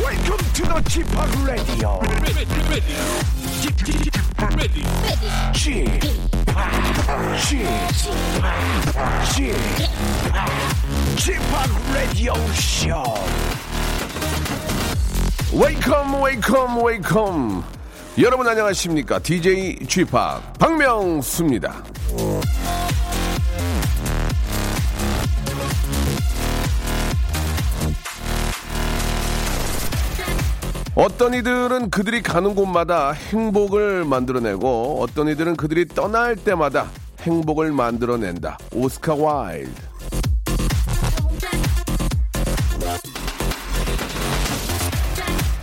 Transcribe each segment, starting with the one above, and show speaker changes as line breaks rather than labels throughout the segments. Welcome to the g p o p Radio.
ready, ready, ready,
g p o p G p o p Radio Show.
웨이컴 웨이컴 웨이컴 여러분 안녕하십니까 DJ g p o p 박명수입니다 어떤 이들은 그들이 가는 곳마다 행복을 만들어내고 어떤 이들은 그들이 떠날 때마다 행복을 만들어낸다 오스카 와일드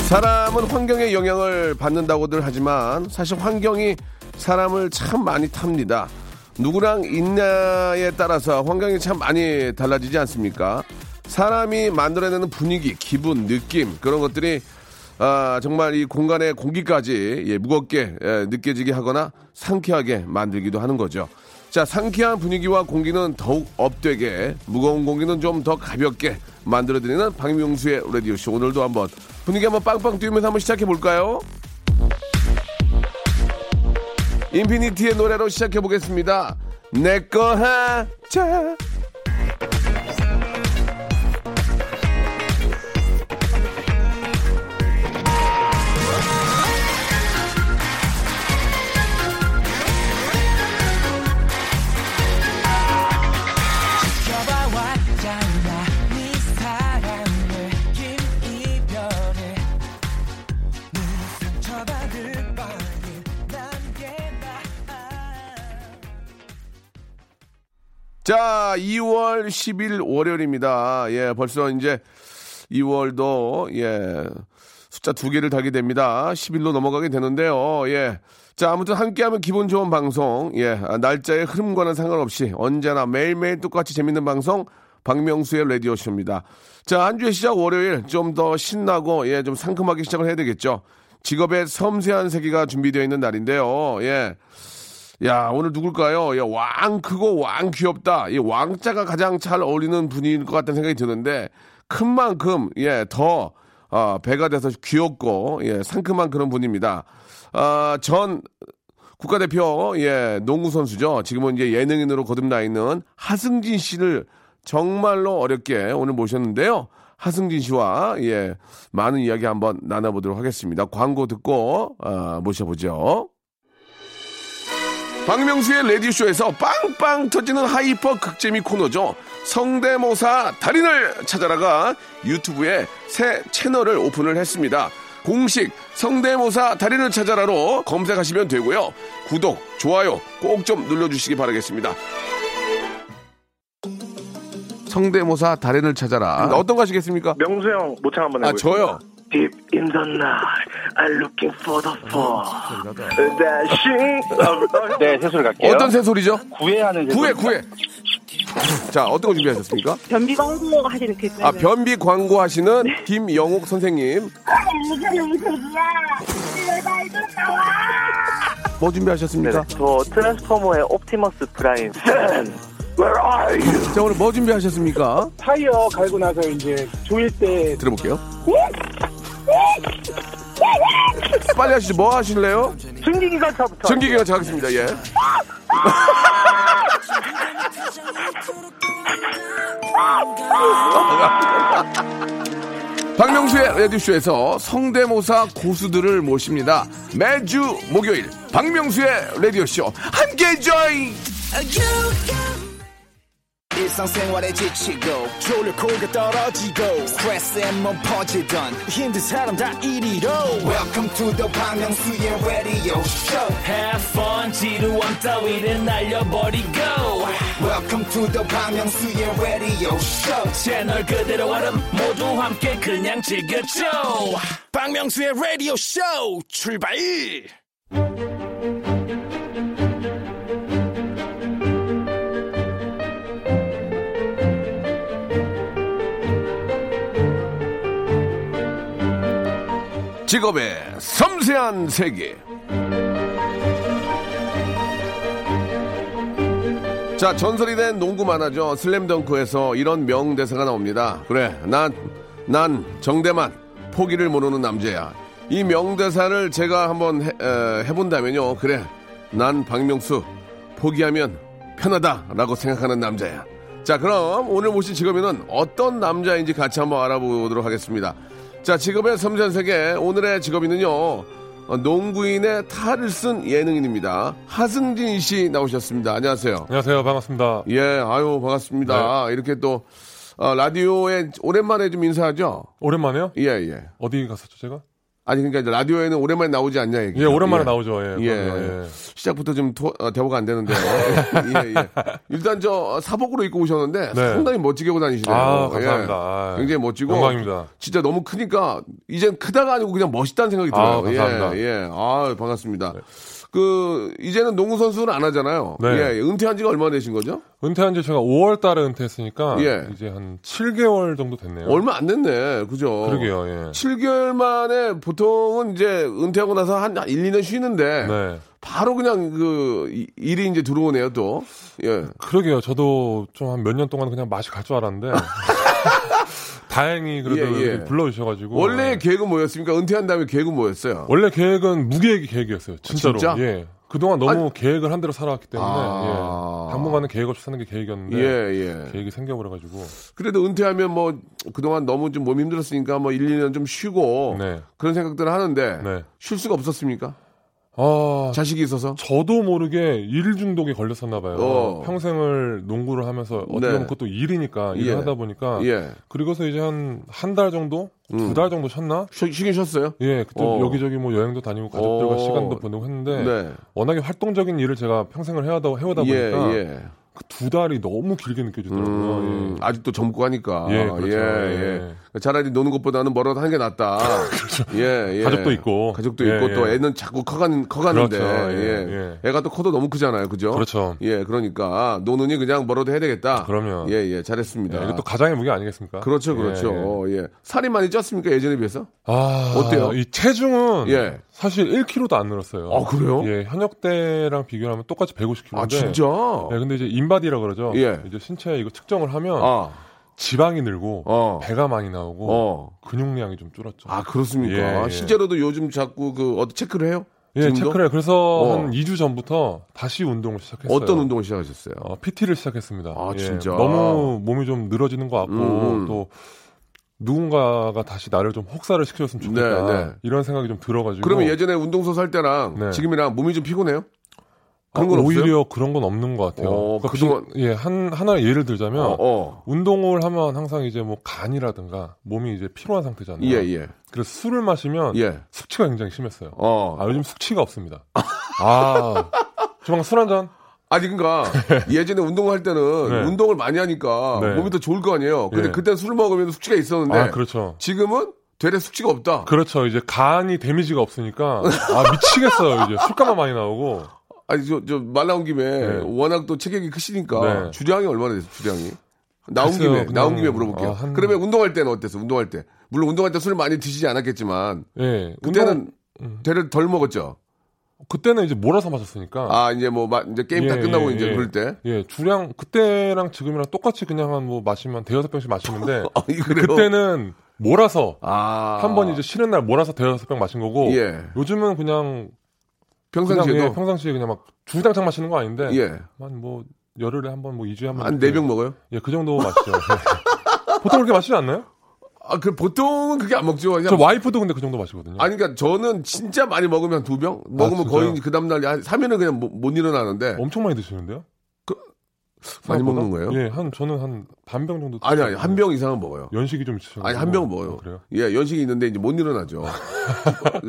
사람은 환경의 영향을 받는다고들 하지만 사실 환경이 사람을 참 많이 탑니다. 누구랑 있냐에 따라서 환경이 참 많이 달라지지 않습니까? 사람이 만들어내는 분위기, 기분, 느낌 그런 것들이 아, 정말 이 공간의 공기까지 예, 무겁게 예, 느껴지게 하거나 상쾌하게 만들기도 하는 거죠. 자, 상쾌한 분위기와 공기는 더욱 업되게, 무거운 공기는 좀 더 가볍게 만들어드리는 박명수의 라디오쇼. 오늘도 한번 분위기 한번 빵빵 뛰면서 한번 시작해볼까요? 인피니티의 노래로 시작해보겠습니다. 내꺼 하자.
지켜봐왔잖아 네 사랑을 긴 이별을 늘 상처받을 바에 난게나 아.
자, 2월 10일 월요일입니다. 예, 벌써 이제 2월도 예 숫자 두 개를 달게 됩니다. 10일로 넘어가게 되는데요. 예. 자, 아무튼 함께하면 기분 좋은 방송. 예, 아, 날짜의 흐름과는 상관없이 언제나 매일매일 똑같이 재밌는 방송. 박명수의 라디오 쇼입니다. 자, 한 주의 시작 월요일 좀 더 신나고 예, 좀 상큼하게 시작을 해야 되겠죠. 직업의 섬세한 세계가 준비되어 있는 날인데요. 예. 야, 오늘 누굴까요? 야, 왕 크고 왕 귀엽다. 이 왕자가 가장 잘 어울리는 분일 것 같다는 생각이 드는데, 큰 만큼, 예, 더, 아, 배가 돼서 귀엽고, 예, 상큼한 그런 분입니다. 아, 전 국가대표, 예, 농구선수죠. 지금은 이제 예능인으로 거듭나 있는 하승진 씨를 정말로 어렵게 오늘 모셨는데요. 하승진 씨와, 예, 많은 이야기 한번 나눠보도록 하겠습니다. 광고 듣고, 아, 모셔보죠. 박명수의 레디쇼에서 빵빵 터지는 하이퍼 극재미 코너죠. 성대모사 달인을 찾아라가 유튜브에 새 채널을 오픈을 했습니다. 공식 성대모사 달인을 찾아라로 검색하시면 되고요. 구독, 좋아요 꼭 좀 눌러주시기 바라겠습니다. 성대모사 달인을 찾아라. 어떤 거 하시겠습니까?
명수 형 모창 한번
아,
해보세요.
저요.
Deep in the night, I'm looking for the fall. Dashing.
네, 새소리 갈게요.
어떤 새소리죠?
구애하는
구해,
새소리.
구해. 자, 어떤 거 준비하셨습니까?
변비 광고 하시는 그
아, 변비 광고 하시는 김영옥 선생님. 뭐 준비하셨습니까?
저 트랜스포머의 옵티머스 프라임. Where are you?
자, 오늘 뭐 준비하셨습니까?
타이어 갈고 나서 이제 조일 때
들어볼게요. 빨리 하시죠. 뭐 하실래요?
증기기관차부터.
전기기가 정하겠습니다. 예. 박명수의 라디오쇼에서 성대모사 고수들을 모십니다. 매주 목요일 박명수의 라디오쇼 함께 join.
일상생활에 지치고, 졸려 코가 떨어지고, 스트레스에 몸 퍼지던, 힘든 사람 다 이리로. welcome to the Bang Myung-soo's radio show
Have fun 지루함 따위를 날려버리고
welcome to the Bang Myung-soo's radio show
채널 그대로 얼음 모두 함께 그냥 즐겨줘
박명수의 radio show 출발
직업의 섬세한 세계. 자, 전설이 된 농구 만화죠. 슬램덩크에서 이런 명대사가 나옵니다. 그래, 난, 난 정대만, 포기를 모르는 남자야. 이 명대사를 제가 한번 해, 에, 해본다면요. 그래, 난 박명수 포기하면 편하다라고 생각하는 남자야. 자, 그럼 오늘 모신 직업인은 어떤 남자인지 같이 한번 알아보도록 하겠습니다. 자, 직업의 섬세한 세계 오늘의 직업인은요. 어, 농구인의 탈을 쓴 예능인입니다. 하승진 씨 나오셨습니다. 안녕하세요.
안녕하세요. 반갑습니다.
예, 아유
네.
반갑습니다. 이렇게 또 어, 라디오에 오랜만에 좀 인사하죠.
오랜만에요?
예, 예.
어디 갔었죠, 제가?
아니 그러니까 이제 라디오에는 오랜만에 나오지 않냐 얘기.
예, 오랜만에 나오죠. 예.
예.
그럼요, 예.
시작부터 좀 토- 어, 대화가 안 되는데. 예, 예. 일단 저 어, 사복으로 입고 오셨는데
네.
상당히 멋지게 하고 다니시네요.
아, 감사합니다. 아,
예. 굉장히 멋지고.
영광입니다.
진짜 너무 크니까 이젠 크다가 아니고 그냥 멋있다는 생각이 들어요.
아, 감사합니다.
예, 예. 아, 반갑습니다. 그 이제는 농구 선수는 안 하잖아요.
네.
예, 은퇴한 지가 얼마나 되신 거죠?
은퇴한 지 제가 5월 달에 은퇴했으니까
예.
이제 한 7개월 정도 됐네요.
얼마 안 됐네. 그죠?
그러게요. 예.
7개월 만에 보통은 이제 은퇴하고 나서 한 1, 2년 쉬는데
네.
바로 그냥 그 이- 일이 이제 들어오네요 또. 예.
그러게요. 저도 좀 한 몇 년 동안 그냥 맛이 갈 줄 알았는데. 다행히 그래도
예, 예.
이렇게 불러주셔가지고.
원래
예.
계획은 뭐였습니까? 은퇴한 다음에 계획은 뭐였어요?
원래 계획은 무계획 계획이었어요. 진짜로.
아, 진짜?
예. 그동안 너무 계획을 한 대로 살아왔기 때문에
아.
예. 당분간은 계획 없이 사는 게 계획이었는데
예, 예.
계획이 생겨버려가지고
그래도 은퇴하면 뭐 그동안 너무 좀 몸이 힘들었으니까 뭐 1, 2년 좀 쉬고
네.
그런 생각들을 하는데
네.
쉴 수가 없었습니까?
아
자식이 있어서?
저도 모르게 일 중독에 걸렸었나 봐요.
어.
평생을 농구를 하면서 어떻게
네.
보면 그것도 일이니까 일을
예.
하다 보니까
예.
그리고서 이제 한 한 달 정도 두 달 정도 쉬었나?
쉬, 쉬긴 쉬었어요?
예, 그때
어.
여기저기 뭐 여행도 다니고 가족들과
어.
시간도 보내고 했는데
네.
워낙에 활동적인 일을 제가 평생을 해오다 해오다
예,
보니까
예.
그 두 달이 너무 길게 느껴지더라고요.
음,
예.
아직도 젊고 하니까.
예, 그렇죠.
예, 예. 차라리 노는 것보다는 멀어도 하는 게 낫다. 예, 예.
가족도 있고.
가족도
예,
있고, 또
예.
애는 자꾸 커가는, 커가는데.
그렇죠.
예,
예,
애가 또 커도 너무 크잖아요. 그죠?
그렇죠.
예, 그러니까. 노는이 그냥 멀어도 해야 되겠다.
그럼요.
예, 예. 잘했습니다.
예, 이게 또 가장의 무게 아니겠습니까?
그렇죠,
예,
그렇죠.
예.
어, 예. 살이 많이 쪘습니까? 예전에 비해서?
아,
어때요?
이 체중은
예.
사실 1kg도 안 늘었어요.
아, 그래요?
예, 현역 때랑 비교하면 똑같이 150kg인데.
아, 진짜?
예, 근데 이제 인바디라 그러죠.
예.
이제 신체 이거 측정을 하면
아,
지방이 늘고
어.
배가 많이 나오고
어.
근육량이 좀 줄었죠.
아, 그렇습니까?
예, 예.
실제로도 요즘 자꾸 그, 어떤 체크를 해요?
예,
지금도?
체크를. 해요. 그래서
어.
한 2주 전부터 다시 운동을 시작했어요.
어떤 운동을 시작하셨어요?
어, PT를 시작했습니다.
아,
예,
진짜?
너무 몸이 좀 늘어지는 것 같고
음.
또 누군가가 다시 나를 좀 혹사를 시켜줬으면 좋겠다.
네, 네.
이런 생각이 좀 들어가지고.
그러면 예전에 운동소 살 때랑
네.
지금이랑 몸이 좀 피곤해요? 그런
아,
건 없어요?
오히려 그런 건 없는 것 같아요.
어,
그러니까
그동안-
비- 예, 한 하나 예를 들자면
어, 어.
운동을 하면 항상 이제 뭐 간이라든가 몸이 이제 피로한 상태잖아요.
예, 예.
그래서 술을 마시면
예.
숙취가 굉장히 심했어요.
어.
아, 요즘 숙취가 없습니다. 아, 조만 술한 잔.
아니, 그니까, 예전에 운동할 때는
네.
운동을 많이 하니까
네.
몸이 더 좋을 거 아니에요. 근데
예.
그때 술 먹으면 숙취가 있었는데,
아, 그렇죠.
지금은 되레 숙취가 없다.
그렇죠. 이제 간이 데미지가 없으니까 아 미치겠어요. 이제 술값만 많이 나오고
아니, 저, 저, 말 나온 김에,
네.
워낙 또 체격이 크시니까,
네.
주량이 얼마나 됐어, 주량이? 나온
글쎄요,
김에,
그냥-
나온 김에 물어볼게요.
아, 한-
그러면 운동할 때는 어땠어, 운동할 때? 물론 운동할 때 술 많이 드시지 않았겠지만,
예. 운동- 음.
그때는 되레 덜 먹었죠.
그때는 이제 몰아서 마셨으니까
아, 이제 뭐, 마- 이제 게임 다
예,
끝나고
예,
이제
예.
그럴 때.
예, 주량 그때랑 지금이랑 똑같이 그냥 한 뭐 마시면 대여섯 병씩 마시는데
아, 이- 그래요?
그때는 몰아서
아.
한 번 이제 쉬는 날 몰아서 대여섯 병 마신 거고
예.
요즘은 그냥
평상시에도
그냥, 예, 평상시에 그냥 막 주당창 마시는 거 아닌데
예.
한 뭐 열흘에 한 번 뭐 2주에 한 번
한 네 병 먹어요?
예, 그 정도 마시죠. 예. 보통 그렇게 마시지 않나요?
아, 그 보통은 그게 안 먹죠. 그냥
저 와이프도 근데 그 정도 마시거든요.
아니, 그러니까 저는 진짜 많이 먹으면 두 병? 먹으면
아, 진짜요?
거의 그 다음날, 한 3일은 그냥 못, 못 일어나는데.
엄청 많이 드시는데요?
많이
생각보다?
먹는 거예요?
예, 한 저는 한 반 병 정도.
아니, 아니,
드시거든요.
한 병 이상은 먹어요.
연식이 좀 있으셔.
아니, 한 병 먹어요.
그래요?
예, 연식이 있는데 이제 못 일어나죠.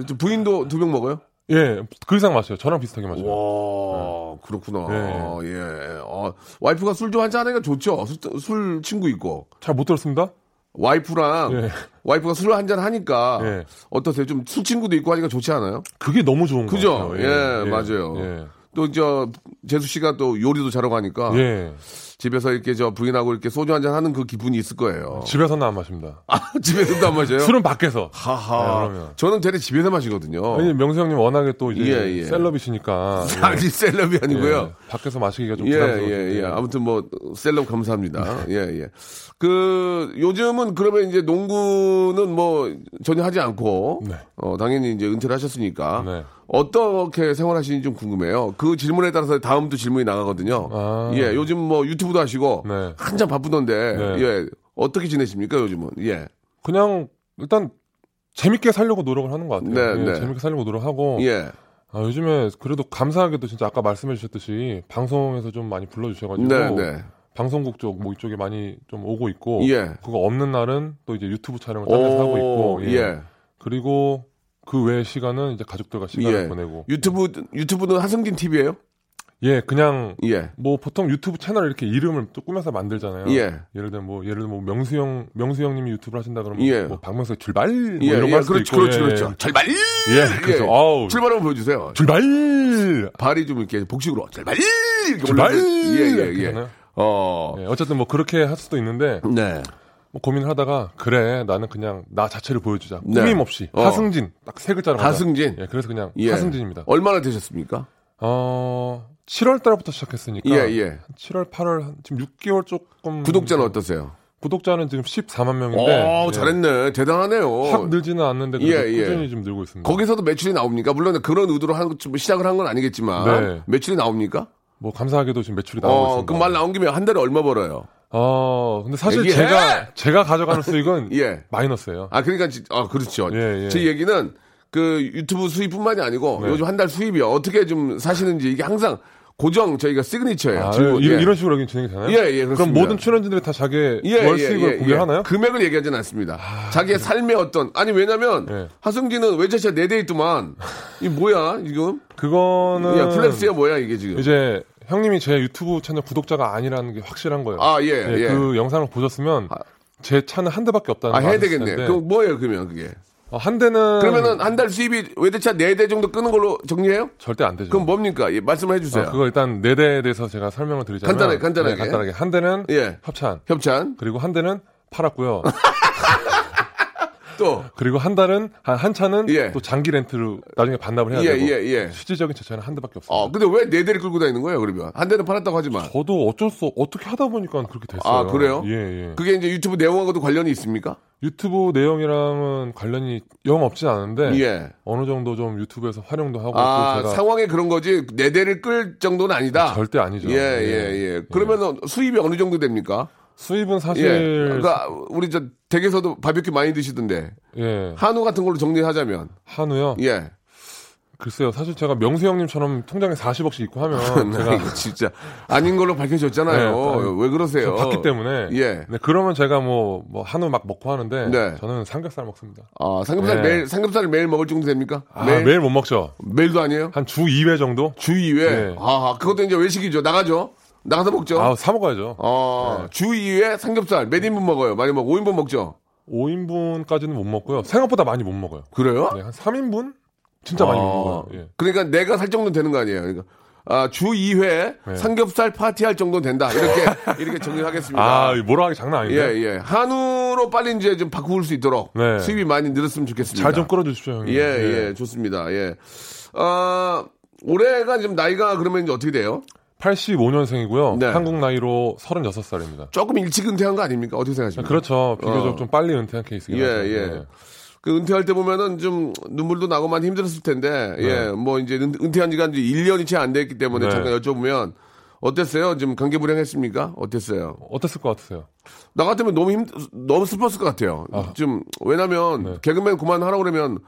저 부인도 두 병 먹어요?
예, 그 이상 마셔요. 저랑 비슷하게 마셔요.
와, 그렇구나.
네.
예. 아, 와이프가 술 좀 한잔 하니까 좋죠. 술, 술 친구 있고.
잘 못 들었습니다.
와이프랑,
예.
와이프가 술 한잔 하니까.
예.
어떠세요? 좀 술 친구도 있고 하니까 좋지 않아요?
그게 너무 좋은 거
그죠?
같아요.
예, 맞아요.
그렇죠. 예.
또, 저, 재수 씨가 또 요리도 잘하고 하니까.
예.
집에서 이렇게 저 부인하고 이렇게 소주 한잔 하는 그 기분이 있을 거예요.
집에서는 안 마십니다.
아, 집에서도 안 마셔요?
아, 술은 밖에서.
하하.
네, 그러면.
저는 되레 집에서 마시거든요.
아니, 명수 형님 워낙에 또 이제
예, 예.
셀럽이시니까. 예.
아니, 셀럽이 아니고요.
예, 밖에서 마시기가 좀
예,
부담스러워. 네.
예, 예. 아무튼 뭐, 셀럽 감사합니다. 예, 예. 그, 요즘은 그러면 이제 농구는 뭐, 전혀 하지 않고,
네.
어, 당연히 이제 은퇴를 하셨으니까,
네.
어떻게 생활하시는지 좀 궁금해요. 그 질문에 따라서 다음 또 질문이 나가거든요.
아.
예, 요즘 뭐 유튜브도 하시고,
네.
한참 바쁘던데,
네.
예. 어떻게 지내십니까, 요즘은? 예.
그냥 일단 재밌게 살려고 노력을 하는 것 같아요.
네,
예,
네.
재밌게 살려고 노력하고.
예.
아, 요즘에 그래도 감사하게도 진짜 아까 말씀해 주셨듯이 방송에서 좀 많이 불러주셔가지고.
네, 네.
방송국 쪽, 뭐 이쪽에 많이 좀 오고 있고.
예.
그거 없는 날은 또 이제 유튜브 촬영을 딴데서 하고 어, 있고. 예.
예.
그리고 그 외의 시간은 이제 가족들과 시간을
예.
보내고.
유튜브, 유튜브는 하승진 TV예요
예, 그냥
예.
뭐 보통 유튜브 채널 이렇게 이름을 또 꾸며서 만들잖아요.
예.
예를 들면 뭐 예를 들면 뭐 명수형 명수형님이 유튜브를 하신다 그러면
예.
뭐 박명수 출발 뭐
예,
이런
예,
거 할 수도
그렇죠,
있고
그렇죠,
예,
그렇죠. 출발!
예, 그렇죠.
예.
아우.
출발 한번 보여주세요.
출발.
발이 좀 이렇게 복식으로 출발! 이렇게
출발!
올라가는- 예, 예, 예.
그러잖아요.
어,
예, 어쨌든 뭐 그렇게 할 수도 있는데
네.
뭐 고민을 하다가 그래 나는 그냥 나 자체를 보여주자
네.
꾸밈 없이
어.
하승진 딱 세 글자로 가자.
하승진.
예, 그래서 그냥
예.
하승진입니다.
얼마나 되셨습니까?
어 7월 달부터 시작했으니까
예, 예.
7월 8월 한 지금 6개월 조금
구독자는 어떠세요?
구독자는 지금 14만 명인데
어,
예.
잘했네. 대단하네요.
확 늘지는 않는데 그래도
어. 예, 예.
꾸준히 좀 늘고 있습니다.
거기서도 매출이 나옵니까? 물론 그런 의도로 한, 좀 시작을 한 건 아니겠지만.
네.
매출이 나옵니까?
뭐 감사하게도 지금 매출이 나오고
어,
있습니다.
그럼 말 나온 김에 한 달에 얼마 벌어요?
어, 근데 사실
얘기해!
제가 제가 가져가는 수익은
예.
마이너스예요.
아, 그러니까, 지- 아, 그렇죠.
예, 네. 예.
제 얘기는 그 유튜브 수입뿐만이 아니고 요즘 한 달 수입이 어떻게 좀 사시는지 이게 항상 고정 저희가 시그니처예요.
아,
즐거운-
이,
예.
런 식으로 여기 진행이 되나요?
예, 예,
그럼
그렇습니다. 예,
모든 출연진들이 다 자기 월 수익을 공개하나요? 아,
금액을 얘기하진 않습니다. 자기의 삶의 어떤 아니 왜냐면
예.
하승진은 외제차 네 대 있더만 이 뭐야 지금
그... 거는
야, 플렉스야 뭐야 이게 지금
이제 형님이 제 유튜브 채널 구독자가 아니라는 게 확실한 거예요.
아, 예, 예.
그 영상을 보셨으면 제 차는 한 대밖에 없다는
아
거
해야
아셨을
되겠네.
텐데 음.
그럼 뭐예요 그러면 그게
어, 한 대는
그러면은 한 달 수입이 외제차 네 대 정도 끄는 걸로 정리해요?
절대 안 되죠.
그럼 뭡니까? 예, 말씀을 해주세요.
아, 그거 일단 네 대에 대해서 제가 설명을 드리자면
간단하게, 간단하게.
네, 간단하게 한 대는
예.
협찬
협찬
그리고 한 대는 팔았고요.
또
그리고 한 달은 한, 한 차는
예.
또 장기 렌트로 나중에 반납을 해야
예,
되고
예, 예.
실질적인 제 차는 한 대밖에 없어요.
어, 근데 왜 네 대를 끌고 다니는 거예요, 그러면? 한 대는 팔았다고 하지만.
저도 어쩔 수 어떻게 하다 보니까 그렇게 됐어요.
아, 그래요?
예, 예.
그게 이제 유튜브 내용하고도 관련이 있습니까?
유튜브 내용이랑은 관련이 영 없진 않은데
예.
어느 정도 좀 유튜브에서 활용도 하고
아,
또 네. 그 제가
상황에 그런 거지, 네 대를 끌 정도는 아니다.
절대 아니죠.
예, 예, 예. 그러면 수입이 어느 정도 됩니까?
수입은 사실
예. 그러니까, 우리 저, 댁에서도 바비큐 많이 드시던데,
예,
한우 같은 걸로 정리하자면,
한우요.
예.
글쎄요. 사실 제가 명수 형님처럼 통장에 40억씩 있고 하면
나
제가
이거 진짜, 아닌 걸로 밝혀졌잖아요.
네, 아니,
왜 그러세요?
봤기 때문에
예.
네, 그러면 제가 뭐, 뭐 한우 막 먹고 하는데
네.
저는 삼겹살 먹습니다.
아, 삼겹살
예.
매일, 삼겹살을 매일 먹을 정도 됩니까?
아, 매일? 못 먹죠.
매일도 아니에요?
한 주 2회 정도?
주 2회?
예.
아, 그것도 이제 외식이죠. 나가죠. 나가서 먹죠.
아, 사 먹어야죠.
어,
네.
주 2회 삼겹살 몇 인분 먹어요? 많이 먹어. 5인분 먹죠?
5인분까지는 못 먹고요. 생각보다 많이 못 먹어요.
그래요?
네, 한 3인분? 진짜 많이 못
어,
먹어요. 예.
그러니까 내가 살 정도는 되는 거 아니에요. 그러니까 아, 주 2회
네.
삼겹살 파티할 정도는 된다. 이렇게 이렇게 정리하겠습니다.
아, 이거 뭐라 하기 장난
예,
아닌데.
예. 한우로 빨리 이제 좀 바꿀 수 있도록
네.
수입이 많이 늘었으면 좋겠습니다.
잘 좀 끌어주십시오, 네. 형님.
예, 예, 좋습니다. 예. 아, 올해가 지금 나이가 그러면 이제 어떻게 돼요?
85년생이고요.
네.
한국 나이로 36살입니다.
조금 일찍 은퇴한 거 아닙니까? 어떻게 생각하십니까?
그렇죠. 비교적
어.
좀 빨리 은퇴한 케이스긴
예,
하죠.
예. 그 은퇴할 때 보면은 좀 눈물도 나고 많이 힘들었을 텐데, 예, 뭐 이제 은- 은퇴한 지가 이제 1년이 채 안 됐기 때문에
네.
잠깐 여쭤보면, 어땠어요? 지금 관계불량했습니까? 어땠어요?
어땠을 것 같으세요?
나 같으면 너무 힘, 너무 슬펐을 것 같아요. 좀, 왜냐면,
네.
개그맨 그만하라고 그러면,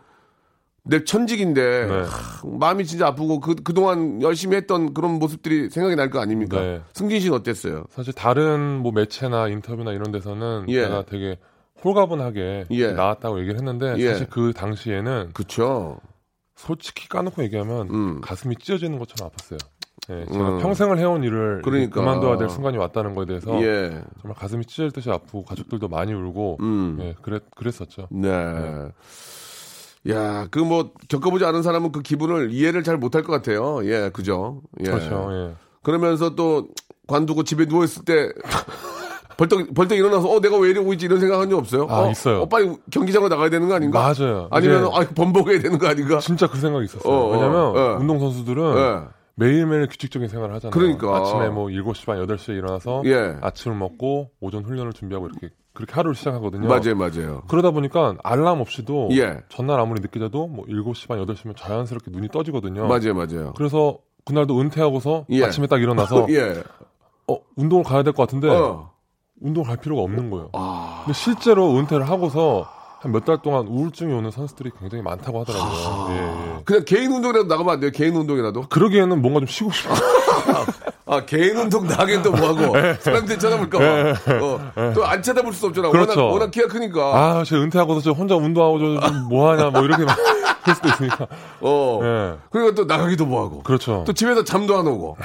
내 천직인데,
네.
하, 마음이 진짜 아프고, 그, 그동안 열심히 했던 그런 모습들이 생각이 날 거 아닙니까?
네.
승진 씨는 어땠어요?
사실 다른 뭐 매체나 인터뷰나 이런 데서는
예.
제가 되게 홀가분하게
예.
나왔다고 얘기를 했는데
예.
사실 그 당시에는
그쵸.
솔직히 까놓고 얘기하면
음.
가슴이 찢어지는 것처럼 아팠어요. 예, 제가
음.
평생을 해온 일을
그러니까.
그만둬야될 순간이 왔다는 거에 대해서
예.
정말 가슴이 찢어질 듯이 아프고 가족들도 많이 울고
음.
예, 그랬, 그랬었죠.
네. 야, 그 뭐 겪어보지 않은 사람은 그 기분을 이해를 잘 못할 것 같아요. 예, 그죠? 예.
그렇죠. 예.
그러면서 또 관두고 집에 누워있을 때 벌떡, 벌떡 일어나서 어, 내가 왜 이러고 있지 이런 생각 한적 없어요?
아,
어,
있어요.
어, 빨리 경기장으로 나가야 되는 거 아닌가? 그러니까
맞아요.
아니면,
이제-
아, 번복해야 되는 거 아닌가?
진짜 그 생각이 있었어요.
어, 어,
왜냐면
예.
운동선수들은
예.
매일매일 규칙적인 생활을 하잖아요.
그러니까.
아침에 뭐 7시 반, 8시에 일어나서
예.
아침을 먹고 오전 훈련을 준비하고 이렇게 그렇게 하루를 시작하거든요.
맞아요, 맞아요.
그러다 보니까 알람 없이도
예.
전날 아무리 늦게 자도 뭐 7시 반, 8시면 자연스럽게 눈이 떠지거든요.
맞아요, 맞아요.
어. 그래서 그날도 은퇴하고서
예.
아침에 딱 일어나서 네.
예.
어, 운동을 가야 될 것 같은데
어. 아.
운동 갈 필요가 없는 거예요. 근데 실제로 은퇴를 하고서 한 몇 달 동안 우울증이 오는 선수들이 굉장히 많다고
아.
하더라고요. 예, 예.
그냥 개인 운동이라도 나가면 안 돼요, 개인 운동이라도.
그러기에는 뭔가 좀 쉬고 싶어.
아, 개인 운동 나긴 또
네.
뭐하고. 사람들이 쳐다볼까봐. 어, 또 안 쳐다볼 수 없잖아.
그렇죠.
워낙, 워낙 키가 크니까.
아, 제 은퇴하고서 저 혼자 운동하고 저 뭐하냐 뭐 이렇게 할 수도 있으니까.
어.
예.
그리고 또 나가기도 뭐하고.
그렇죠.
또 집에서 잠도 안 오고.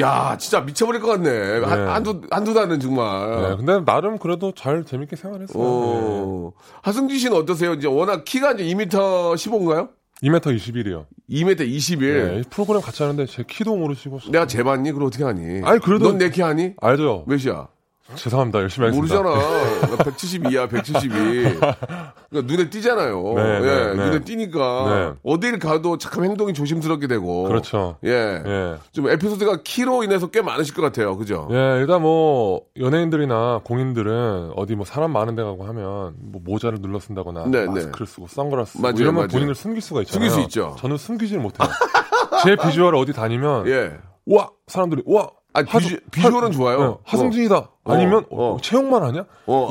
야, 진짜 미쳐버릴 것 같네. 한, 한두, 한두 달은 정말.
예, 근데 나름 그래도 잘 재밌게 생활했어요.
어.
네.
하승진 씨는 어떠세요? 이제 워낙 키가 이제 2m 15인가요?
예. 2m 21이요.
2m 21.
프로그램 같이 하는데 제 키도 모르시고.
내가 재봤니? 그걸 어떻게 하니?
아니, 그래도-
넌 내 키 아니?
알죠?
몇이야?
죄송합니다. 열심히 하겠습니다.
모르잖아. 나 172야, 172. 그러니까 눈에 띄잖아요.
네, 네,
예,
네.
눈에 띄니까
네.
어딜 가도 참 행동이 조심스럽게 되고.
그렇죠.
예.
예.
좀 에피소드가 키로 인해서 꽤 많으실 것 같아요. 그죠?
예, 일단 뭐 연예인들이나 공인들은 어디 뭐 사람 많은 데 가고 하면 뭐 모자를 눌러 쓴다거나
네,
마스크를 쓰고 선글라스 쓰고
맞아요,
이러면
맞아요.
본인을 숨길 수가
숨길
있잖아요.
수 있죠.
저는 숨기질 못해요. 제 비주얼 어디 다니면
예.
와 사람들이 와
아, 비주- 비주얼은 좋아요. 어.
네, 하승진이다 아니면 어,
어.
최영만 하냐?
어.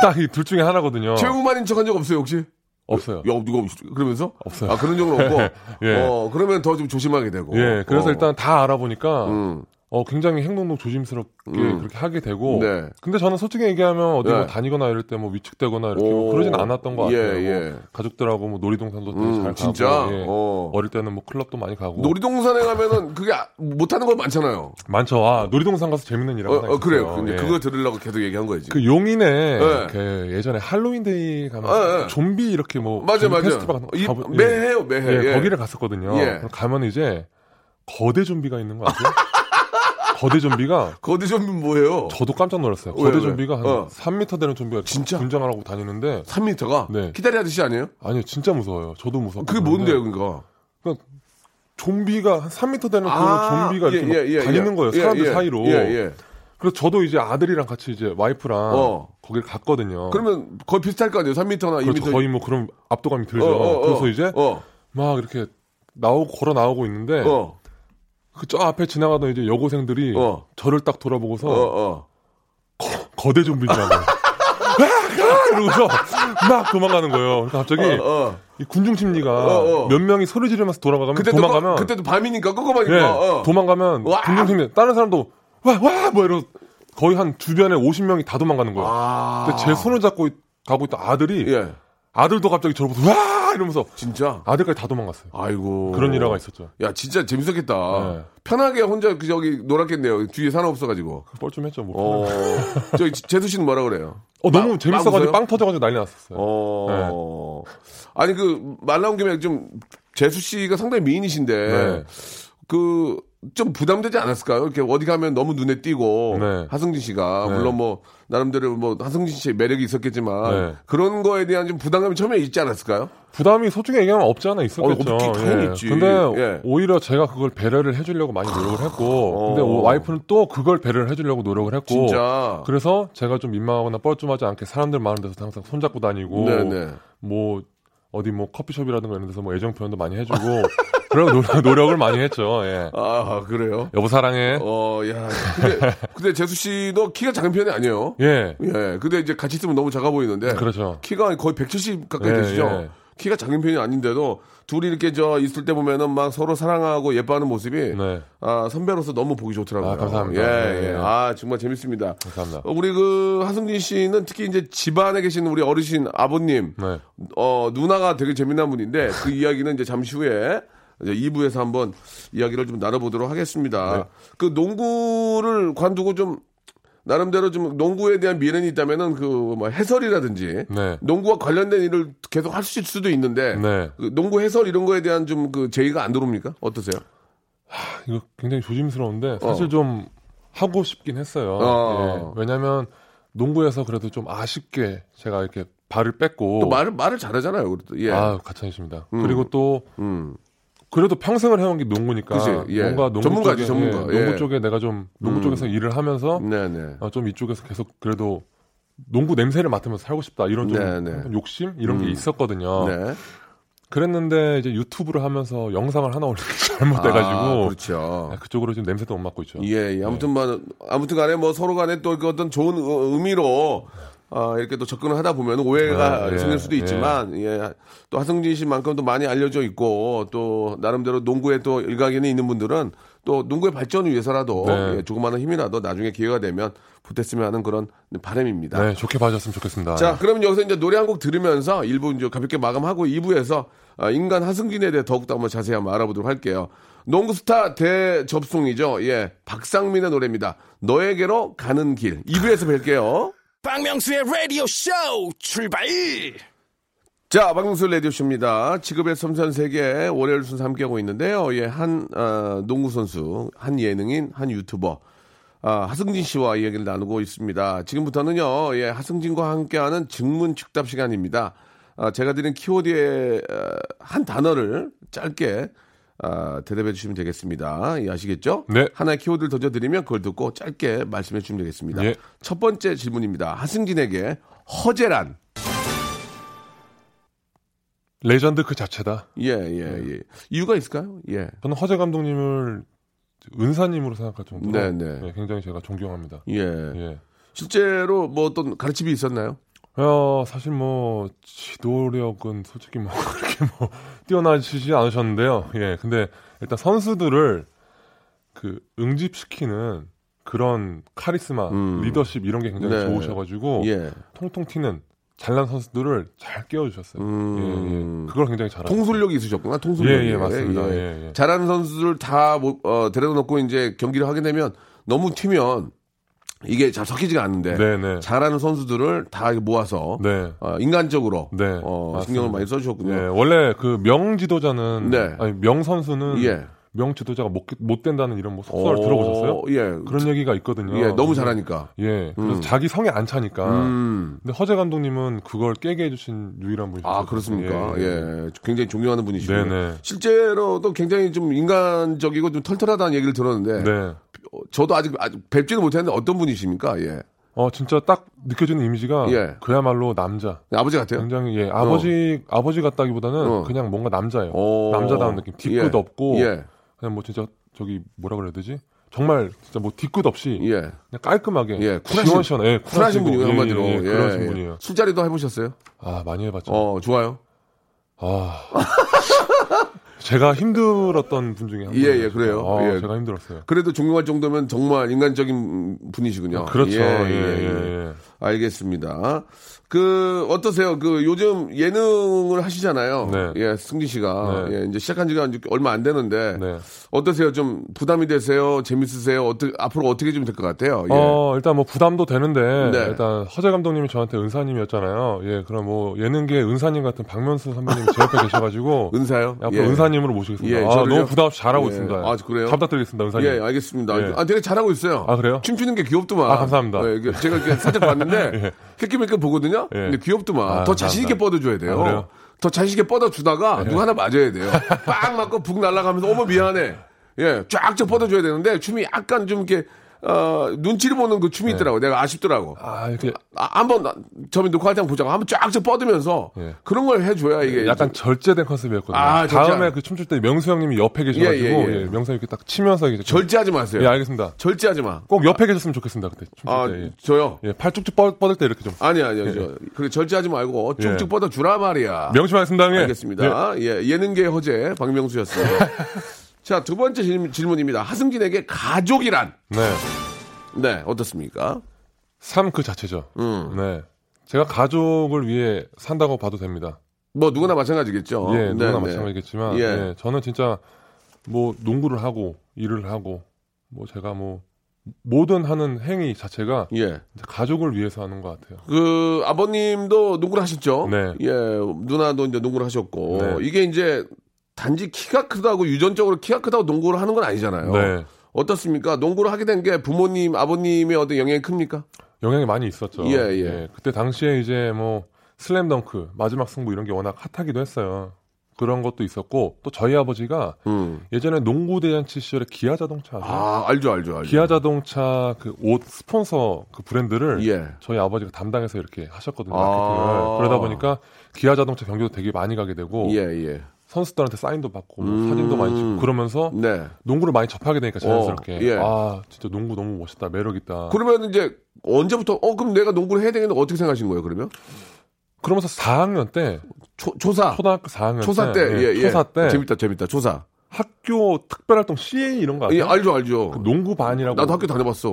딱 이 둘 중에 하나거든요.
최우만인 척 한 적 없어요, 혹시?
없어요.
야, 누가 그러면서?
없어요.
아, 그런 적은 없고.
예.
어, 그러면 더 좀 조심하게 되고.
예, 그래서
어.
일단 다 알아보니까
음.
어, 굉장히 행동도 조심스럽게
음.
그렇게 하게 되고.
네.
근데 저는 솔직히 얘기하면 어디
네.
뭐 다니거나 이럴 때 뭐 위축되거나 이렇게
오.
뭐 그러진 않았던 것
예,
같아요. 뭐
예.
가족들하고 뭐 놀이동산도 되게
음,
잘 가고.
진짜?
예.
어.
어릴 때는 뭐 클럽도 많이 가고.
놀이동산에 가면은 그게 아- 못하는 거 많잖아요.
많죠. 아, 놀이동산 가서 재밌는 일
어,
하고. 예.
어, 그래요. 근데 그거 들으려고 계속 얘기한 거지.
그 용인에
예.
그 예전에 할로윈데이 가면
예, 예.
좀비 이렇게 뭐
맞아,
좀비
맞아.
페스티벌 같은 거
이-
가보-
매해요, 매해.
예,
예.
거기를 갔었거든요.
예.
그럼 가면 이제 거대 좀비가 있는 거 아세요? 거대 좀비가
거대 좀비 뭐예요?
저도 깜짝 놀랐어요.
왜, 왜?
거대 좀비가 한
어.
3m 되는 좀비가
진짜?
분장을 하고 다니는데
3m가?
네. 아,
기다리 아저씨 아니에요?
아니요 진짜 무서워요. 저도 무서워.
그게 뭔데요, 그니까?
좀비가 한 3m 되는
아,
네. 그 좀비가 이렇게
예,
막
예, 예,
다니는
예.
거예요.
예,
사람들
예.
사이로.
예, 예.
그래서 저도 이제 아들이랑 같이 이제 와이프랑
어.
거길 갔거든요.
그러면 거의 비슷할 거 아니에요? 3m나 2m.
그렇죠. 거의 뭐 그런 압도감이 들죠. 그래서 이제
어,
막 이렇게 나오고 걸어 나오고 있는데
어,
그 저 앞에 지나가던 이제 여고생들이
어.
저를 딱
어,
돌아보고서
어.
거대 좀비인 줄 알고 그러고서 막 도망가는 거예요. 그래서 갑자기
어, 어.
이 군중 심리가
어, 어.
몇 명이 소리 지르면서 돌아가면
그때
도망가면
또, 그때도 밤이니까 꺾어보니까.
예,
어.
도망가면
와!
군중 심리 다른 사람도 와 와 뭐 이러 거의 한 주변에 50명이 다 도망가는 거예요.
아.
근데 제 손을 잡고 있- 가고 있던 아들이
예.
아들도 갑자기 저를 보고 와 이러면서
진짜?
아들까지 다 도망갔어요.
아이고.
그런 일화가 있었죠.
야, 진짜 재밌었겠다.
네.
편하게 혼자 그 저기 놀았겠네요. 뒤에 사람 없어가지고.
뻘쭘했죠. 뭐.
어. 저기 재수 씨는 뭐라 그래요?
어, 너무
막- 막 웃어요?
재밌어가지고 빵 터져가지고 난리 났었어요.
어. 아니 그 말 나온 김에 좀 재수 씨가 상당히 미인이신데
네.
그 좀 부담되지 않았을까요? 이렇게 어디 가면 너무 눈에 띄고
네.
하승진 씨가
네.
물론 뭐 나름대로 뭐 하승진 씨의 매력이 있었겠지만
네.
그런 거에 대한 좀 부담감이 처음에 있지 않았을까요?
부담이 솔직히 얘기하면 없지 않아 있었겠죠.
어, 없기 당연히 있지.
근데
예. 어.
오히려 제가 그걸 배려를 해주려고 많이 노력을 했고, 근데 오- 와이프는 또 그걸 배려를 해주려고 노력을 했고,
진짜.
그래서 제가 좀 민망하거나 뻘쭘하지 않게 사람들 많은 데서 항상 손잡고 다니고,
네네.
뭐 어디 뭐 커피숍이라든가 이런 데서 뭐 애정 표현도 많이 해주고, 그런 노력, 노력을 많이 했죠. 예.
아 그래요?
여보 사랑해.
어, 야. 근데, 근데 재수 씨도 키가 작은 편이 아니에요.
예.
예. 근데 이제 같이 있으면 너무 작아 보이는데.
그렇죠.
키가 거의 170 가까이
예,
되시죠?
예.
키가 작은 편이 아닌데도 둘이 이렇게 저 있을 때 보면은 막 서로 사랑하고 예뻐하는 모습이
네.
아, 선배로서 너무 보기 좋더라고요.
아, 감사합니다.
예,
네.
예. 아, 정말 재밌습니다.
감사합니다.
어, 우리 그 하승진 씨는 특히 이제 집안에 계신 우리 어르신 아버님,
네.
어, 누나가 되게 재미난 분인데 그 이야기는 이제 잠시 후에 이제 2부에서 한번 이야기를 좀 나눠보도록 하겠습니다.
네.
그 농구를 관두고 좀 나름대로 좀 농구에 대한 미련이 있다면은 그 뭐 해설이라든지
네.
농구와 관련된 일을 계속 하실 수도 있는데
네.
그 농구 해설 이런 거에 대한 좀 그 제의가 안 들어옵니까? 어떠세요?
하, 이거 굉장히 조심스러운데 사실 좀 하고 싶긴 했어요.
어.
예, 왜냐면 농구에서 그래도 좀 아쉽게 제가 이렇게 발을 뺐고
또 말을 말을 잘하잖아요. 그래도. 예.
뭐. 아, 가찬이십니다.
음.
그리고 또
음.
그래도 평생을 해온 게 농구니까
그치, 예.
뭔가 농구
전문가지,
쪽에,
전문가.
예, 농구
예.
쪽에 내가 좀 농구
음.
쪽에서 일을 하면서
네네.
아, 좀 이쪽에서 계속 그래도 농구 냄새를 맡으면서 살고 싶다 이런 좀
네, 네.
약간 욕심 이런
음.
게 있었거든요.
네.
그랬는데 이제 유튜브를 하면서 영상을 하나 올리기 잘못돼가지고 네.
아, 그렇죠.
쪽으로 지금 냄새도 못 맡고 있죠.
예, 예. 아무튼 뭐 아무튼 간에 뭐 서로 간에 또그 어떤 좋은 의- 의미로 아, 이렇게 또 접근을 하다 보면 오해가
아, 예,
생길 수도
예.
있지만 예. 또 하승진 씨만큼 또 많이 알려져 있고 또 나름대로 농구에 또 일각견이 있는 분들은 또 농구의 발전을 위해서라도
네.
예, 조그마한 힘이라도 나중에 기회가 되면 보탰으면 하는 그런 바람입니다.
네, 좋게 봐주셨으면 좋겠습니다. 예.
자, 그러면 여기서 이제 노래 한 곡 들으면서 1부 이제 가볍게 마감하고 2부에서 아, 인간 하승진에 대해 더욱더 한번 자세히 한번 알아보도록 할게요. 농구스타 대접송이죠. 예. 박상민의 노래입니다. 너에게로 가는 길. 2부에서 뵐게요.
박명수의 라디오 쇼 출발
자, 박명수 레디오쇼입니다. 직업의 섬세한 세계 월요일 순서 함께하고 있는데요. 예, 한 어, 농구 선수, 한 예능인, 한 유튜버 아, 하승진 씨와 이야기를 나누고 있습니다. 지금부터는요, 예, 하승진과 함께하는 증문즉답 시간입니다. 아, 제가 드린 키워드의 어, 한 단어를 짧게 아, 대답해 주시면 되겠습니다. 예, 아시겠죠?
네.
하나의 키워드를 던져드리면 그걸 듣고 짧게 말씀해 주시면 되겠습니다.
예.
첫 번째 질문입니다. 하승진에게 허재란
레전드 그 자체다.
예,
네.
예, 예. 이유가 있을까요? 예.
저는 허재 감독님을 은사님으로 생각할 정도로
네, 네.
예, 굉장히 제가 존경합니다.
예.
예.
실제로 뭐 어떤 가르침이 있었나요?
어, 사실 뭐 지도력은 솔직히 뭐 그렇게 뭐 뛰어나시지 않으셨는데요. 예, 근데 일단 선수들을 그 응집시키는 그런 카리스마,
음.
리더십 이런 게 굉장히
네.
좋으셔가지고
예.
통통 튀는 잘난 선수들을 잘 깨워주셨어요.
음.
예, 예. 그걸 굉장히 잘하셨어요.
통솔력이 있으셨구나. 통솔력.
예, 예, 맞습니다. 예, 예.
잘하는 선수들 다 모- 어, 데려다 놓고 이제 경기를 하게 되면 너무 튀면 이게 잘 섞이지가 않는데
네, 네.
잘하는 선수들을 다 이렇게 모아서
네.
어, 인간적으로
네,
어,
맞습니다.
신경을 많이 써주셨군요.
예, 원래 그 명지도자는
음. 네.
아니 명선수는
예.
명지도자가 못, 못 된다는 이런 뭐 속설을
오,
들어보셨어요?
예.
그런 얘기가 있거든요.
예, 너무
그래서
잘하니까.
예. 그래서
음.
자기 성에 안 차니까.
음.
근데 허재 감독님은 그걸 깨게 해주신 유일한 분이셨어요.
아 그렇습니까? 예, 굉장히 존경하는 분이시고요.
네네.
실제로도 굉장히 좀 인간적이고 좀 털털하다는 얘기를 들었는데
네.
어, 저도 아직, 아직 뵙지는 못했는데 어떤 분이십니까? 예.
어 진짜 딱 느껴지는 이미지가
예.
그야말로 남자.
네, 아버지 같아요.
굉장히 예 아버지 아버지 같다기보다는
어.
그냥 뭔가 남자예요.
오.
남자다운 느낌. 뒤끝
어. 예.
없고
예.
그냥 뭐 진짜 저기 뭐라 그래야 되지? 정말 진짜 뭐 뒤끝 없이
예.
그냥 깔끔하게
예, 쿨하신-
시원시원 예,
쿨하신
쿨하시고,
분이에요,
예,
한마디로.
예, 예,
예,
그러신
예.
분이에요.
술자리도 해보셨어요?
아 많이 해봤죠.
어, 좋아요.
아 제가 힘들었던 분 중에 한
예,
분이에요.
예, 그래요.
아,
예.
제가 힘들었어요.
그래도 존경할 정도면 정말 인간적인 분이시군요.
그렇죠.
예, 예, 예. 알겠습니다. 그, 어떠세요? 그, 요즘 예능을 하시잖아요.
네.
예, 승진 씨가.
네.
예, 이제 시작한 지가 이제 얼마 안 되는데.
네.
어떠세요? 좀 부담이 되세요? 재밌으세요? 어떻게, 앞으로 어떻게 좀 될 것 같아요? 예.
어 일단 뭐 부담도 되는데
네.
일단 허재 감독님이 저한테 은사님이었잖아요. 예, 그럼 뭐 예능계 은사님 같은 박명수 선배님 제 옆에 계셔가지고
은사요?
앞으로
예.
은사님으로 모시겠습니다.
예,
아,
저를요?
너무 부담 없이 잘하고
예.
있습니다.
아, 그래요?
잘 부탁드리겠습니다, 은사님.
예, 알겠습니다.
예.
아, 되게 잘하고 있어요.
아, 그래요?
춤추는 게 귀엽더만.
아, 감사합니다.
예, 이게 제가 이렇게 살짝 봤는데, 캐끼메끼 보거든요?
예.
근데 귀엽더만.
아,
더 자신있게
감사합니다.
뻗어줘야 돼요.
아, 그래요? 예.
더 자신있게 뻗어주다가 누가 하나 맞아야 돼요. 빵 맞고 북 날아가면서, 어머, 미안해. 예, 쫙쫙 뻗어줘야 되는데, 춤이 약간 좀 이렇게, 어, 눈치를 보는 그 춤이 있더라고. 내가 아쉽더라고.
예. 아, 이렇게
아, 한번, 나- 저기 녹화할 때 한번 보자고. 한번 쫙쫙 뻗으면서,
예.
그런 걸 해줘야 이게.
약간 절제된 컨셉이었거든요.
아, 절제.
다음에 그 춤출 때 명수 형님이 옆에 계셔가지고
예, 예, 예.
예, 명수 형 이렇게 딱 치면서 이제
절제하지 마세요.
예, 알겠습니다.
절제하지 마.
꼭 옆에 계셨으면 좋겠습니다. 그때 춤출
아,
때. 예.
저요?
예, 팔 쭉쭉 뻗, 뻗을 때 이렇게 좀
아니, 아니요. 저, 그래, 절제하지 말고 쭉쭉
예.
뻗어주라 말이야.
명심하겠습니다, 형님. 예.
알겠습니다. 예, 예능계 허재 박명수였어요. 자, 두 번째 질- 질문입니다. 하승진에게 가족이란?
네.
네, 어떻습니까?
삶 그 자체죠.
음.
네. 제가 가족을 위해 산다고 봐도 됩니다.
뭐 누구나 마찬가지겠죠.
예,
네,
누구나
네.
마찬가지겠지만,
예.
예. 저는 진짜 뭐 농구를 하고 일을 하고 뭐 제가 뭐 모든 하는 행위 자체가
예.
가족을 위해서 하는 것 같아요.
그 아버님도 농구를 하셨죠.
네.
예, 누나도 이제 농구를 하셨고
네.
이게 이제 단지 키가 크다고 유전적으로 키가 크다고 농구를 하는 건 아니잖아요.
네.
어떻습니까? 농구를 하게 된 게 부모님, 아버님의 어떤 영향이 큽니까?
영향이 많이 있었죠.
예, 예.
그때 당시에 이제 뭐 슬램덩크, 마지막 승부 이런 게 워낙 핫하기도 했어요. 그런 것도 있었고 또 저희 아버지가
음.
예전에 농구 대잔치 시절에 기아 자동차 아세요?
아, 알죠, 알죠, 알죠.
기아 자동차 그 옷 스폰서 그 브랜드를
예.
저희 아버지가 담당해서 이렇게 하셨거든요.
아.
마케팅을. 그러다 보니까 기아 자동차 경기도 되게 많이 가게 되고
예, 예.
선수들한테 사인도 받고 뭐
음.
사진도 많이 찍고 그러면서
네.
농구를 많이 접하게 되니까 자연스럽게
어, 예.
아 진짜 농구 너무 멋있다 매력 있다.
그러면 이제 언제부터 어 그럼 내가 농구를 해야 되겠는데 어떻게 생각하신 거예요, 그러면?
그러면서 4학년 때
초, 조사.
초등학교 4학년
초사 때. 예, 예.
초사 때
재밌다, 재밌다. 조사.
학교 특별활동 CA 이런 거 아세요?
예, 알죠, 알죠.
그 농구반이라고
나도 학교 다녀봤어.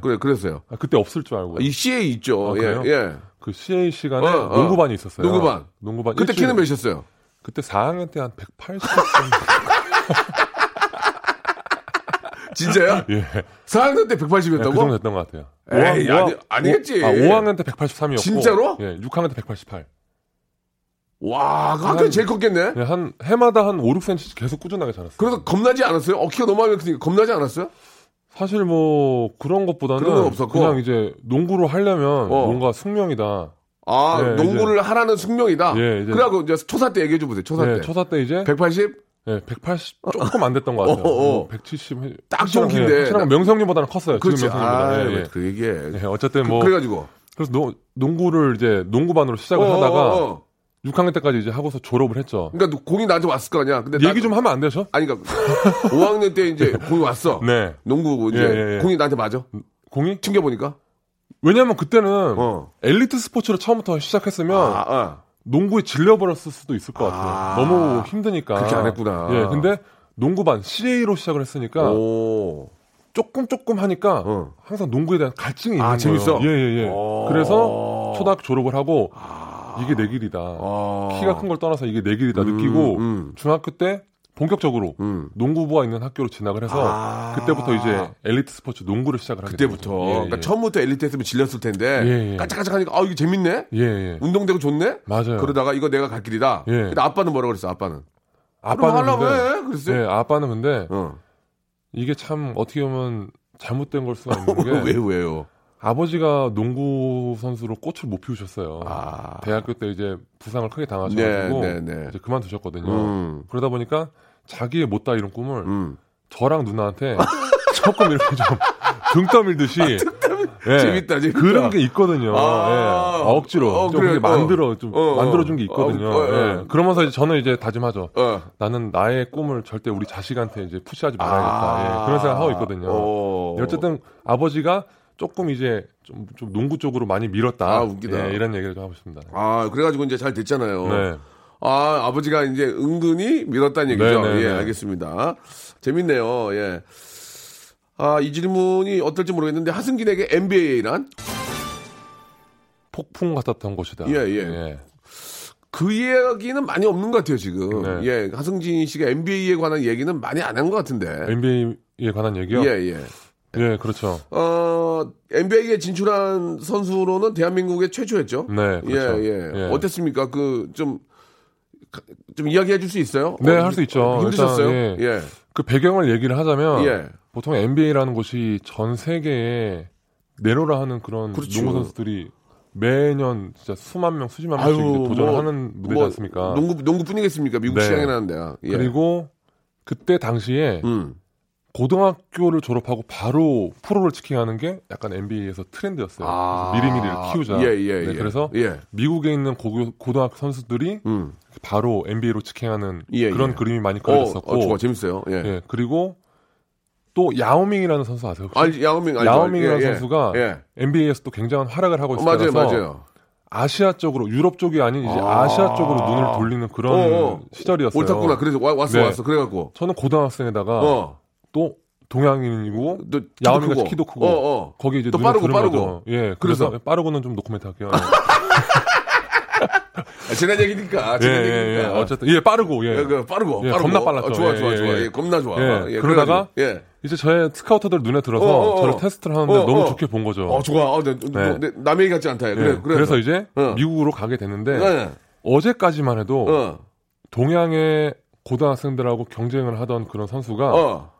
그래, 그랬어요.
아, 그때 없을 줄 알고
이 CA 있죠.
아,
예,
그래요?
예.
그 CA 시간에
어, 어.
농구반이 있었어요.
농구반.
농구반
그때
아, 일주일에.
키는 몇이었어요?
그때 4학년 때 한 180. 정도.
진짜요?
예.
4학년 때
네, 그 정도
180이었다고?
됐던 것 같아요.
에이,
오학-
아니- 아니겠지.
오- 아, 5학년 때 183이었고.
진짜로?
예, 6학년 때 188.
와, 그 학교 제일 컸겠네.
예, 한 해마다 한 5, 6cm 계속 꾸준하게 자랐어요.
그래서 겁나지 않았어요? 어, 키가 너무 많이 크니까 겁나지 않았어요?
사실 뭐 그런 것보다는
그런 건 없었고.
그냥 이제 농구를 하려면
어.
뭔가 숙명이다.
아,
예,
농구를 하라는 숙명이다.
예, 이제-
그래갖고 이제 초사 때 얘기해 줘 보세요. 초사
네,
때.
초사 때 이제
180?
예, 180 조금 안 됐던 것 같아요.
어, 어, 어.
170.
딱 좋긴데.
확실한 명성님보다는 컸어요.
그렇지.
지금 명성님보다.
아,
예, 예.
그 얘기해.
예, 어쨌든 뭐 그래,
그래가지고.
서 노, 농구를 이제 농구반으로 시작을
어,
하다가
어, 어.
6학년 때까지 이제 하고서 졸업을 했죠.
그러니까 공이 나한테 왔을 거 아니야. 근데
얘기
나-
좀 하면 안 되죠?
아니 그러니까 5학년 때 이제 공이 왔어.
네.
농구 그 이제
예, 예, 예.
공이 나한테 맞아.
공이?
튕겨 보니까.
왜냐면 그때는
어.
엘리트 스포츠를 처음부터 시작했으면
아,
농구에 질려버렸을 수도 있을 것 같아요.
아.
너무 힘드니까.
그렇게 안 했구나.
예, 근데 농구반 CA로 시작을
아.
했으니까
오.
조금 조금 하니까
어.
항상 농구에 대한 갈증이 있는
아,
거예요.
재밌어?
예예예.
어.
그래서 초등학교 졸업을 하고 이게 내 길이다.
아.
키가 큰 걸 떠나서 이게 내 길이다 느끼고
음.
중학교 때 본격적으로
음.
농구부가 있는 학교로 진학을 해서
아.
그때부터 이제 엘리트 스포츠 농구를 시작을 하게 예,
그때부터.
된 거죠.
그러니까 처음부터 엘리트 했으면 질렸을 텐데.
예, 예.
까짝까짝하니까 아 이게 재밌네.
예, 예.
운동되고 좋네.
맞아요.
그러다가 이거 내가 갈 길이다.
예.
근데 아빠는 뭐라 그랬어? 아빠는.
아빠는
그럼 하려고
근데-
해. 그랬어요.
예, 아빠는 근데
어.
이게 참 어떻게 보면 잘못된 걸 수가 있는 게
왜 왜요?
아버지가 농구 선수로 꽃을 못 피우셨어요.
아.
대학교 때 이제 부상을 크게 당하셔가지고
네, 네, 네.
이제 그만두셨거든요.
음.
그러다 보니까 자기의 못다 이런 꿈을
음.
저랑 누나한테 조금 이렇게 좀 등떠밀듯이 예,
아, 재밌다, 재밌다.
그런 게 있거든요.
아.
예. 아, 억지로
어,
좀
그래요.
그렇게 만들어 좀
어, 어.
만들어준 게 있거든요.
어, 어, 어.
예. 그러면서 이제 저는 이제 다짐하죠.
어.
나는 나의 꿈을 절대 우리 자식한테 이제 푸시하지 말아야겠다.
아.
예, 그런 생각 하고 있거든요.
어.
어쨌든 아버지가 조금 이제 좀, 좀 농구 쪽으로 많이 밀었다.
아, 웃기다.
예, 이런 얘기를 좀 하고 싶습니다.
아, 그래가지고 이제 잘 됐잖아요.
네.
아, 아버지가 이제 은근히 밀었다는 얘기죠.
네, 네,
예,
네.
알겠습니다. 재밌네요. 예. 아, 이 질문이 어떨지 모르겠는데 하승진에게 NBA란
폭풍 같았던 곳이다.
예, 예. 그 이야기는 많이 없는 것 같아요, 지금.
네.
예, 하승진 씨가 NBA에 관한 얘기는 많이 안 한 것 같은데.
NBA에 관한 얘기요?
예, 예.
예, 그렇죠.
어, NBA에 진출한 선수로는 대한민국의 최초였죠.
네, 그렇죠.
예, 예,
예.
어땠습니까? 그, 좀, 좀 이야기해 줄 수 있어요?
네,
어,
할수 있죠.
힘드셨어요?
일단,
예.
그 배경을 얘기를 하자면
예.
보통 NBA라는 곳이 전 세계에 내로라 하는 그런
그렇죠.
농구 선수들이 매년 진짜 수만 명, 수십만
아유,
명씩 이제 도전하는
뭐,
무대지
뭐
않습니까?
농구 농구뿐이겠습니까? 미국
네.
시장에 나는데요. 예.
그리고 그때 당시에
음.
고등학교를 졸업하고 바로 프로를 지킹하는 게 약간 NBA에서 트렌드였어요.
아.
그래서 미리미리를 키우자.
예, 예,
네,
예.
그래서
예.
미국에 있는 고교, 고등학교 선수들이
음.
바로 NBA로 지킹하는
예,
그런
예.
그림이 많이
어,
그려졌었고
어, 좋아. 재밌어요. 예.
예, 그리고 또 야오밍이라는 선수 아세요? 혹시?
알 야오밍 알죠?
야오밍이라는
예, 예.
선수가
예.
NBA에서 또 굉장한 활약을 하고
어, 맞아요,
있어서
맞아요.
아시아 쪽으로 유럽 쪽이 아닌 이제
아.
아~ 시아 쪽으로 눈을 돌리는 그런
어, 어.
시절이었어요.
옳다구나. 그래서 와, 왔어,
네.
왔어. 그래갖고.
저는 고등학생에다가
어.
또 동양인이고
또 키도
야오밍
크고.
같이 키도 크고
어, 어.
거기 이제
또
눈에
빠르고,
들은
빠르고.
거죠. 예
그래서?
그래서, 빠르고는 좀 노코멘트 할게요
아, 지난 얘기니까.
예,
지난
예, 예.
얘기니까.
어쨌든 예 빠르고 예
예, 그 빠르고,
예,
빠르고.
겁나 빨랐죠.
아, 좋아,
예,
좋아,
예,
좋아. 예,
예.
겁나 좋아.
예,
예,
그러다가
그래가지고, 예.
이제 저의 스카우터들 눈에 들어서
어, 어, 어.
저를 테스트를 하는데
어,
너무
어.
좋게 본 거죠.
어, 좋아. 어, 네, 뭐,
네.
네, 남의 얘기 같지 않다.
예.
그래, 네. 그래.
그래서 이제
어.
미국으로 가게 됐는데
네.
뭐, 어제까지만 해도
어.
동양의 고등학생들하고 경쟁을 하던 그런 선수가
어.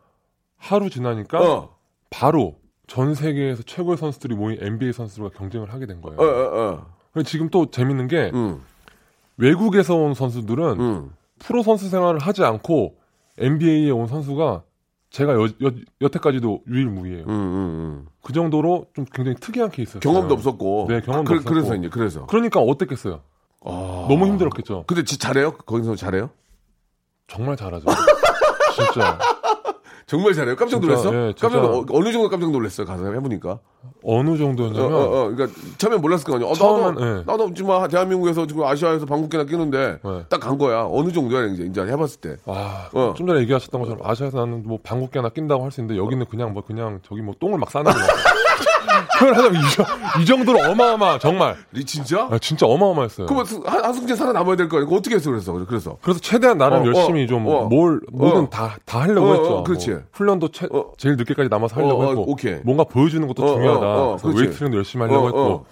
하루 지나니까
어.
바로 전 세계에서 최고의 선수들이 모인 NBA 선수들과 경쟁을 하게 된 거예요.
어, 어, 어.
그래서 지금 또 재밌는 게
음.
외국에서 온 선수들은
음.
프로 선수 생활을 하지 않고 NBA에 온 선수가 제가 여, 태까지도 유일무이해요.
음, 음, 음.
그 정도로 좀 굉장히 특이한 케이스였어요.
경험도 없었고.
네, 경험도
그,
없었고.
그래서 이제 그래서.
그러니까 어땠겠어요?
아.
너무 힘들었겠죠.
근데 지 잘해요? 거기서 잘해요?
정말 잘하죠. 진짜
정말 잘해요. 깜짝
진짜,
놀랐어.
예, 진짜.
깜짝 놀- 어, 어느 정도 깜짝 놀랐어요. 가서 해보니까.
어느
어,
정도였냐면
어, 어, 그러니까 처음엔 몰랐을 거 아니야. 어,
처음엔,
나도
예.
나도 지금 아, 대한민국에서 지금 아시아에서 방국계나 끼는데
예.
딱 간 거야. 어느 정도야 이제 이제 해봤을 때.
아,
어.
좀 전에 얘기하셨던 것처럼 아시아에서 나는 뭐 방국계 하나 낀다고 할 수 있는데 여기는 그냥 뭐 그냥 저기 뭐 똥을 막 싸는 거. 표현하자면 이, 정- 이 정도로 어마어마 정말
이 진짜?
아, 진짜 어마어마했어요.
그러면 수- 한- 한승재 살아남아야 될 거 아니야. 그거 어떻게 했어 그래서 그래서.
그래서 최대한 나름
어,
열심히
어,
좀
어.
뭘 뭐든
어.
다 다 하려고
어, 어,
했죠. 뭐
그렇지.
훈련도 최,
어.
제일 늦게까지 남아서 하려고
어, 어,
했고
오케이.
뭔가 보여주는 것도
어, 어,
중요하다.
어,
그래서
그렇지.
웨이트링도 열심히 하려고
어,
했고.
어.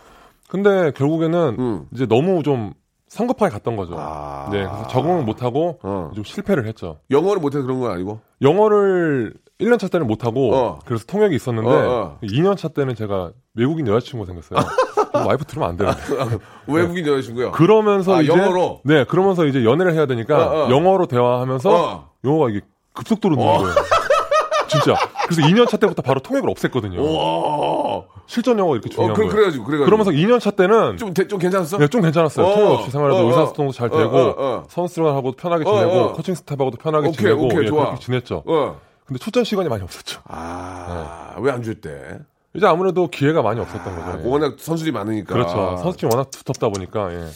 근데
근데 결국에는
음.
이제 너무 좀 성급하게 갔던 거죠.
아.
네, 그래서 적응을 못하고
어.
좀 실패를 했죠.
영어를 못해서 그런 건 아니고.
영어를 1년 차 때는 못하고
어.
그래서 통역이 있었는데
어, 어.
2년 차 때는 제가 외국인 여자친구 가 생겼어요. 와이프 들으면 안 되는데.
외국인 여자친구야.
그러면서
아,
이제
영어로?
네 그러면서 이제 연애를 해야 되니까
어, 어.
영어로 대화하면서
어.
영어가 이게 급속도로 느는 거예요. 진짜. 그래서 2년 차 때부터 바로 통역을 없앴거든요.
오.
실전 영어 가 이렇게
어,
중요한
그,
거예요.
그래가지고 그래가지고.
그러면서 2년 차 때는
좀, 대- 좀 괜찮았어?
네, 좀 괜찮았어요.
어,
통역 없이 생활해도
어, 어.
의사소통도 잘
어,
되고
어, 어.
선수들하고도 편하게
어,
지내고
어.
코칭 스텝하고도 편하게
오케이,
지내고
오케이,
예,
좋아.
그렇게 지냈죠.
어.
근데 출전 시간이 많이 없었죠.
아, 왜 안 줬대?
이제 아무래도 기회가 많이 없었던
아,
거죠. 예.
워낙 선수들이 많으니까.
그렇죠. 선수팀 워낙 두텁다 보니까 예.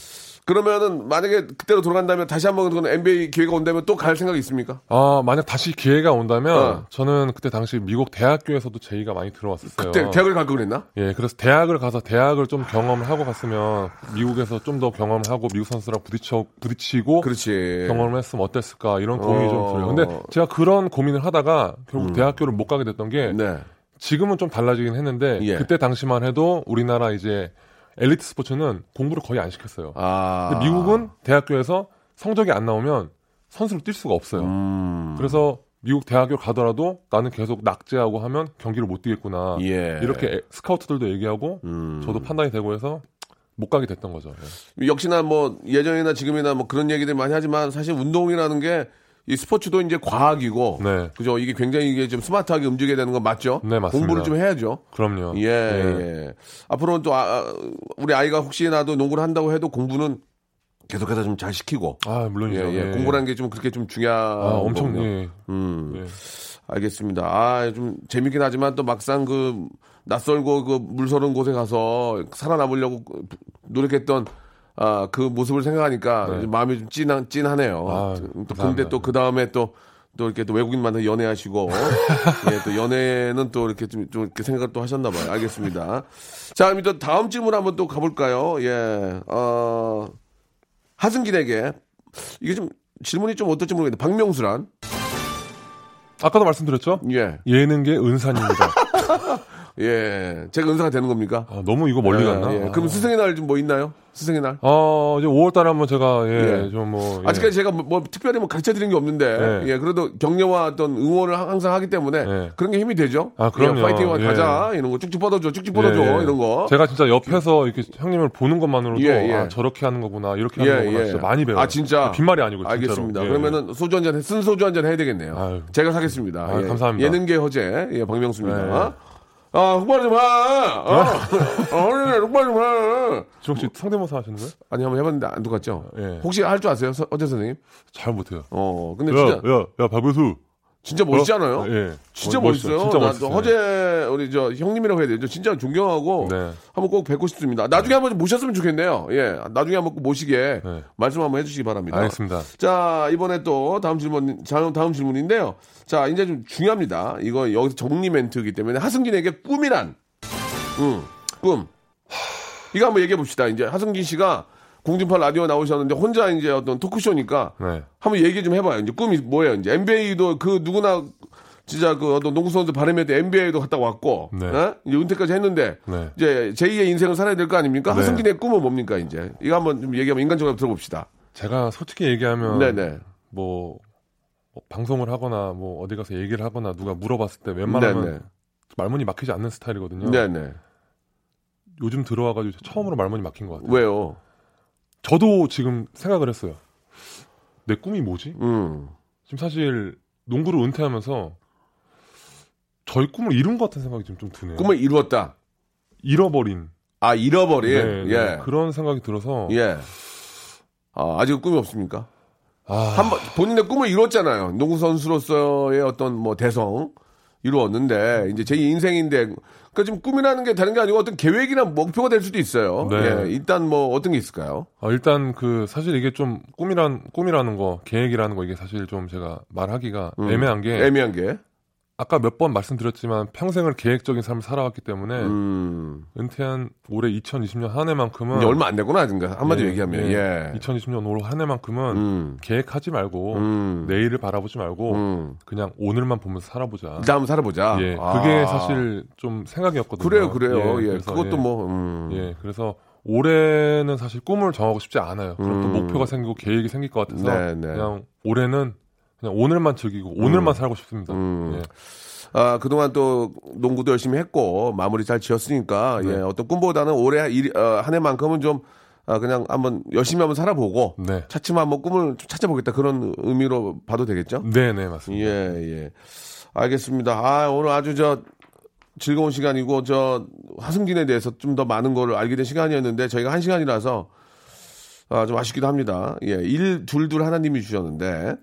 그러면은 만약에 그때로 돌아간다면 다시 한번 그런 NBA 기회가 온다면 또 갈 생각이 있습니까?
아 만약 다시 기회가 온다면
어.
저는 그때 당시 미국 대학교에서도 제의가 많이 들어왔었어요.
그때 대학을 갈 걸 그랬나?
예, 그래서 대학을 가서 대학을 좀 경험을 하고 갔으면 미국에서 좀 더 경험을 하고 미국 선수랑 부딪혀 부딪히고
그렇지. 예.
경험을 했으면 어땠을까 이런 고민이
어. 음.
좀 들어요. 근데 제가 그런 고민을 하다가 결국 대학교를 못 가게 됐던 게
네.
지금은 좀 달라지긴 했는데
예.
그때 당시만 해도 우리나라 이제 엘리트 스포츠는 공부를 거의 안 시켰어요.
아.
근데 미국은 대학교에서 성적이 안 나오면 선수로 뛸 수가 없어요.
음.
그래서 미국 대학교 가더라도 나는 계속 낙제하고 하면 경기를 못 뛰겠구나.
예.
이렇게 에- 스카우트들도 얘기하고
음.
저도 판단이 되고 해서 못 가게 됐던 거죠. 예.
역시나 뭐 예전이나 지금이나 뭐 그런 얘기들 많이 하지만 사실 운동이라는 게 이 스포츠도 이제 과학이고
네.
그죠 이게 굉장히 이게 좀 스마트하게 움직여야 되는 건 맞죠?
네, 맞습니다.
공부를 좀 해야죠.
그럼요.
예, 예. 앞으로는 또 아, 아, 우리 아이가 혹시나도 농구를 한다고 해도 공부는 계속해서 좀 잘 시키고
아,
예,
물론이죠.
예. 공부라는 게 좀 그렇게 좀 중요한
아, 엄청
거군요.
예.
음.
예.
알겠습니다. 아, 좀 재밌긴 하지만 또 막상 그 낯설고 그 물서른 곳에 가서 살아남으려고 그 노력했던 아, 그 모습을 생각하니까
네.
이제 마음이 좀 찐한, 찐하네요.
아,
또 근데
감사합니다.
또 그 다음에 또 또 이렇게 또 외국인 만나 연애하시고 예, 또 연애는 또 이렇게 좀, 좀 이렇게 생각을 또 하셨나 봐요. 알겠습니다. 자, 그럼 또 다음 질문 한번 또 가볼까요? 예, 어, 하승길에게 이게 좀 질문이 좀 어떨지 모르겠는데 박명수란
아까도 말씀드렸죠?
예,
예능계 은산입니다.
예. 제가 은사가 되는 겁니까?
아, 너무 이거 멀리
예,
갔나?
예.
아.
그럼 스승의 날 좀 뭐 있나요? 스승의 날?
아, 이제 5월 달에 한번 제가 예,
예.
좀 뭐
아직까지 제가 뭐, 뭐 특별히 뭐 가르쳐 드린 게 없는데,
예.
예. 그래도 격려와 어떤 응원을 항- 항상 하기 때문에
예.
그런 게 힘이 되죠.
아, 그럼요.
예, 파이팅
예.
가자. 이런 거 쭉쭉 뻗어줘, 쭉쭉 뻗어줘.
예, 예.
이런 거.
제가 진짜 옆에서 이렇게 형님을 보는 것만으로도
예, 예.
아, 저렇게 하는 거구나 이렇게 하는 거구나 진짜 뭐 많이 배워요.
아, 진짜.
빈말이 아니고 진짜로.
알겠습니다.
예.
그러면은 소주 한 잔, 쓴 소주 한 잔 해야 되겠네요.
아유.
제가 사겠습니다.
아유,
예.
감사합니다.
예능계 허재, 예, 박명수입니다.
예.
아, 흑발 좀 하! 아, 어른아, 흑발 좀 하!
지금 혹시 성대모사 하시는 거예요?
아니, 한번 해봤는데 안 똑같죠?
예.
혹시 할 줄 아세요? 서- 어제 선생님?
잘 못해요.
어,
네,
근데 진짜
야야야 박은수
진짜 멋있잖아요.
어? 예.
진짜
어,
멋있어요.
진짜
나
멋있어요.
허재 우리 저 형님이라고 해야 되죠. 진짜 존경하고
네.
한번 꼭 뵙고 싶습니다. 나중에 한번 좀 모셨으면 좋겠네요. 예, 나중에 한번 꼭 모시게
네.
말씀 한번 해주시기 바랍니다.
알겠습니다.
자 이번에 또 다음 질문 다음 다음 질문인데요. 자 이제 좀 중요합니다. 이거 여기서 정리 멘트이기 때문에 하승진에게 꿈이란 음, 꿈 이거 한번 얘기해 봅시다. 이제 하승진 씨가 공중파 라디오 나오셨는데 혼자 이제 어떤 토크쇼니까
네.
한번 얘기 좀 해봐요. 이제 꿈이 뭐예요? 이제 NBA도 그 누구나 진짜 그 어떤 농구 선수 발음에 대해 NBA도 갔다 왔고,
네.
어? 이제 은퇴까지 했는데
네.
이제 제2의 인생을 살아야 될 거 아닙니까?
네.
하승진의 꿈은 뭡니까 이제 이거 한번 좀 얘기하면 인간적으로 한번 들어봅시다.
네, 제가 솔직히 얘기하면
네네.
뭐 뭐 방송을 하거나 뭐 어디 가서 얘기를 하거나 누가 물어봤을 때 웬만하면
네네.
말문이 막히지 않는 스타일이거든요.
네네.
요즘 들어와가지고 처음으로 말문이 막힌 것 같아요.
왜요?
저도 지금 생각을 했어요. 내 꿈이 뭐지?
음.
지금 사실 농구를 은퇴하면서 저희 꿈을 이룬 것 같은 생각이 지금 좀 드네요.
꿈을 이루었다.
잃어버린
아, 잃어버린.
네, 네.
예.
그런 생각이 들어서
예. 아, 아직 꿈이 없습니까?
아,
한 번, 본인의 꿈을 이뤘잖아요. 농구선수로서의 어떤 뭐 대성. 이루었는데, 이제 제 인생인데, 그니까 지금 꿈이라는 게 다른 게 아니고 어떤 계획이나 목표가 될 수도 있어요.
네.
예, 일단 뭐 어떤 게 있을까요?
아, 일단 그 사실 이게 좀 꿈이란 꿈이라는 거 계획이라는 거 이게 사실 좀 제가 말하기가
음.
애매한 게
애매한 게.
아까 몇 번 말씀드렸지만 평생을 계획적인 삶을 살아왔기 때문에
음.
은퇴한 올해 2020년 한 해만큼은
이제 얼마 안 되구나, 아닌가. 한마디
예,
얘기하면,
예.
예.
2020년 올 한 해만큼은
음.
계획하지 말고
음.
내일을 바라보지 말고
음.
그냥 오늘만 보면서 살아보자.
다음 살아보자.
예,
아.
그게 사실 좀 생각이었거든요.
그래요, 그래요. 예,
그래서
그것도
예,
뭐, 음.
예, 그래서 올해는 사실 꿈을 정하고 싶지 않아요. 그럼 또
음.
목표가 생기고 계획이 생길 것 같아서
네, 네.
그냥 올해는 그냥 오늘만 즐기고 오늘만 살고 싶습니다.
음.
예.
아, 그동안 또 농구도 열심히 했고 마무리 잘 지었으니까
네.
예, 어떤 꿈보다는 올해 일, 어, 한 해만큼은 좀 아, 그냥 한번 열심히 한번 살아보고
네.
차츰 한번 꿈을 좀 찾아보겠다 그런 의미로 봐도 되겠죠?
네, 네, 맞습니다.
예, 예. 알겠습니다. 아, 오늘 아주 저 즐거운 시간이고 저 하승진에 대해서 좀 더 많은 거를 알게 된 시간이었는데 저희가 한 시간이라서 아, 좀 아쉽기도 합니다. 예, 일, 둘, 둘 하나님이 주셨는데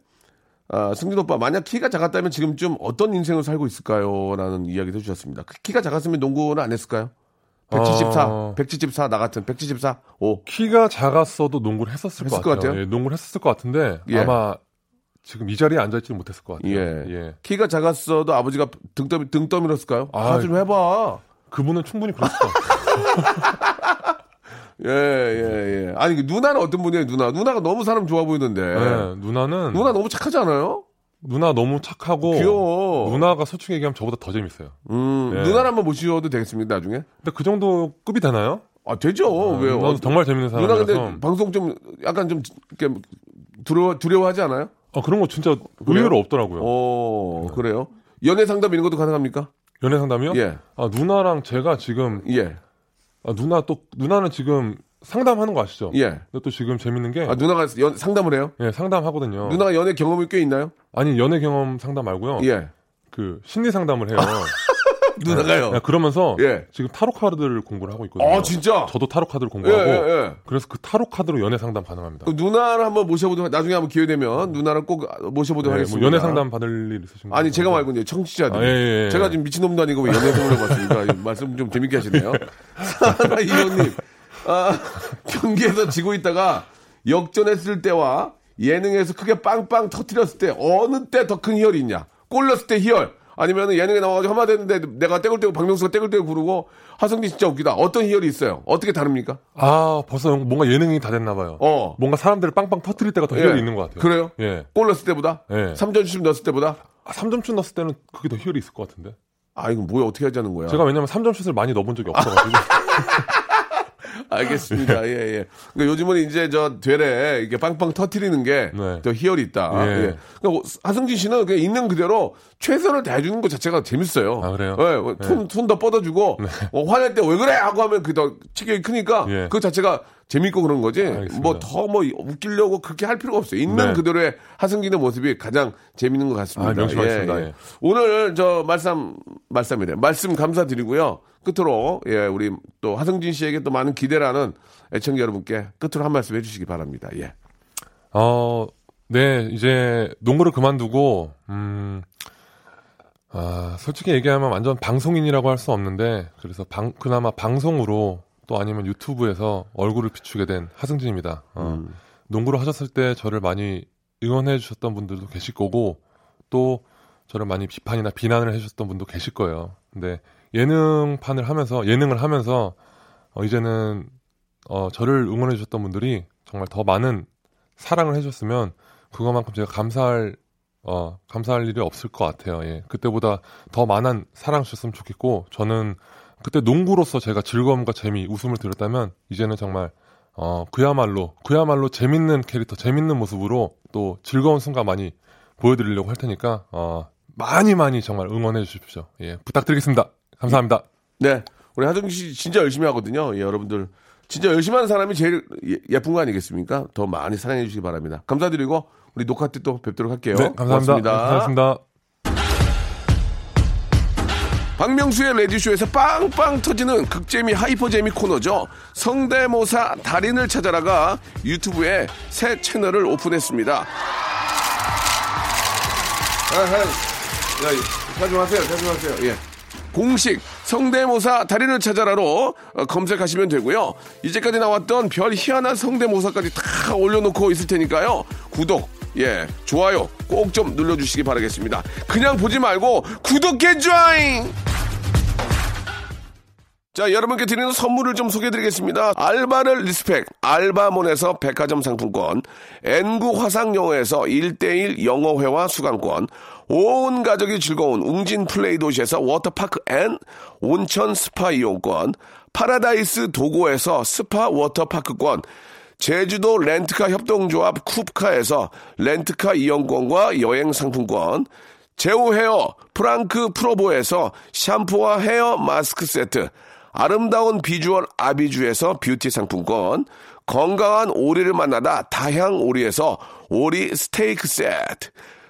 아, 승진 오빠 만약 키가 작았다면 지금쯤 어떤 인생을 살고 있을까요? 라는 이야기도 주셨습니다. 그 키가 작았으면 농구는 안 했을까요? 174,
어.
174, 나 같은 174, 5.
키가 작았어도 농구를 했었을
했을
것
것
같아요.
같아요?
예, 농구를 했었을 것 같은데
예.
아마 지금 이 자리에 앉아 있지 못했을 것 같아요.
예. 키가 작았어도 아버지가 등떠미, 등떠밀었을까요? 아,
아이.
좀 해봐.
그분은 충분히 그랬을 것 같아요.
예, 예, 예. 아니, 그 누나는 어떤 분이에요, 누나? 누나가 너무 사람 좋아 보이는데.
예, 누나는
누나
누나
너무 착하지 않아요?
너무 착하고
귀여워.
어. 누나가 솔직히 얘기하면 저보다 더 재밌어요.
음,
예.
누나를 한번 모셔도 되겠습니다, 나중에.
근데 그 정도 급이 되나요? 어,
아, 되죠. 왜요?
누나 정말 재밌는
누나
사람이라서.
근데 방송 좀, 약간 좀, 이렇게 두려워, 두려워하지 않아요?
아, 그런 거 진짜 의외로 없더라고요.
어, 그래요? 연애 상담 이런 것도 가능합니까?
연애 상담이요?
예.
아, 누나랑 제가 지금
예,
아, 누나 또 누나는 지금 상담하는 거 아시죠?
예.
근데 또 지금 재밌는 게
아, 누나가 연, 상담을 해요?
예, 상담하거든요.
누나가 연애 경험이 꽤 있나요?
아니, 연애 경험 상담 말고요.
예.
그 심리 상담을 해요.
누나가요?
야, 그러면서
예.
지금 타로 카드를 공부를 하고 있거든요.
아, 진짜?
저도 타로 카드를
예,
공부하고
예, 예.
그래서 그 타로 카드로 연애 상담 가능합니다. 예,
그럼 누나를 한번 모셔보도록, 나중에 한번 기회 되면 누나를 꼭 모셔보도록
네, 뭐
하겠습니다.
연애 상담 받을 일 있으신가요?
아니 제가 말고 이제 청취자들.
아, 예, 예, 예.
제가 지금 미친놈도 아니고 왜 연애 보려고 왔습니까? 말씀 좀 재밌게 하시네요. 사나 이형님. 아, 경기에서 지고 있다가 역전했을 때와 예능에서 크게 빵빵 터트렸을 때 어느 때 더 큰 희열이 있냐? 꼴렸을 때 희열. 아니면 예능에 나와가지고 한마디 했는데 내가 떼굴 떼굴 박명수가 떼굴 떼굴 부르고 하성진 진짜 웃기다. 어떤 희열이 있어요? 어떻게 다릅니까?
아 벌써 뭔가 예능이 다 됐나 봐요.
어.
뭔가 사람들을 빵빵 터뜨릴 때가 더뭐 희열이
예.
있는 것 같아요.
그래요?
예.
꼴렸을 때보다?
예.
삼점슛 넣었을 때보다?
아, 3점슛 넣었을 때는 그게 더 희열이 있을 것 같은데.
아, 이거 뭐야? 어떻게 하자는 거야?
제가 왜냐면 3점슛을 많이 넣어본 적이 없어가지고.
알겠습니다. 예, 예. 그러니까 요즘은 이제 저 되레 이렇게 빵빵 터트리는 게 더
네.
희열이 있다.
예.
예. 그러니까 하승진 씨는 그냥 있는 그대로 최선을 다해주는 것 자체가 재밌어요.
아, 그래요? 네.
예, 손더 뻗어주고 어, 화낼 때 왜 그래 하고 하면 그더 체격이 크니까
예.
그 자체가 재밌고 그런 거지.
알겠습니다.
뭐 더 뭐 웃기려고 그렇게 할 필요가 없어요. 있는
네.
그대로의 하승진의 모습이 가장 재밌는 것 같습니다.
아, 명심하겠습니다. 예.
오늘 저 말씀 말씀이래 말씀 감사드리고요. 끝으로 예 우리 또 하승진 씨에게 또 많은 기대라는 애청자 여러분께 끝으로 한 말씀 해주시기 바랍니다. 예.
어, 네, 이제 농구를 그만두고, 음, 아, 솔직히 얘기하면 완전 방송인이라고 할 수 없는데, 그래서 방, 그나마 방송으로 또 아니면 유튜브에서 얼굴을 비추게 된 하승진입니다. 어, 농구를 하셨을 때 저를 많이 응원해 주셨던 분들도 계실 거고, 또 저를 많이 비판이나 비난을 해 주셨던 분도 계실 거예요. 근데 예능판을 하면서, 예능을 하면서, 어, 이제는, 어, 저를 응원해 주셨던 분들이 정말 더 많은 사랑을 해줬으면 그것만큼 제가 감사할 어 감사할 일이 없을 것 같아요. 예, 그때보다 더 많은 사랑 주셨으면 좋겠고 저는 그때 농구로서 제가 즐거움과 재미, 웃음을 드렸다면 이제는 정말 어 그야말로 그야말로 재밌는 캐릭터, 재밌는 모습으로 또 즐거운 순간 많이 보여드리려고 할 테니까 어, 많이 많이 정말 응원해 주십시오. 예, 부탁드리겠습니다. 감사합니다.
네. 우리 하동기 씨 진짜 열심히 하거든요. 예, 여러분들. 진짜 열심히 하는 사람이 제일 예- 예쁜 거 아니겠습니까? 더 많이 사랑해 주시기 바랍니다. 감사드리고 우리 녹화 때 또 뵙도록 할게요.
네, 감사합니다.
고맙습니다.
감사합니다.
박명수의 레디쇼에서 빵빵 터지는 극재미 하이퍼재미 코너죠. 성대모사 달인을 찾아라가 유튜브에 새 채널을 오픈했습니다. 아하, 야, 자중하세요, 자중하세요. 예. 공식 성대모사 달인을 찾아라로 어, 검색하시면 되고요. 이제까지 나왔던 별 희한한 성대모사까지 다 올려놓고 있을 테니까요. 구독, 예, 좋아요 꼭 좀 눌러주시기 바라겠습니다. 그냥 보지 말고 구독해 줘잉! 자, 여러분께 드리는 선물을 좀 소개해드리겠습니다. 알바를 리스펙, 알바몬에서 백화점 상품권, N구 화상영어에서 1대1 영어회화 수강권, 온 가족이 즐거운 웅진 플레이 도시에서 워터파크 앤 온천 스파 이용권, 파라다이스 도고에서 스파 워터파크권, 제주도 렌트카 협동조합 쿱카에서 렌트카 이용권과 여행 상품권, 제오 헤어 프랑크 프로보에서 샴푸와 헤어 마스크 세트, 아름다운 비주얼 아비주에서 뷰티 상품권, 건강한 오리를 만나다 다향 오리에서 오리 스테이크 세트,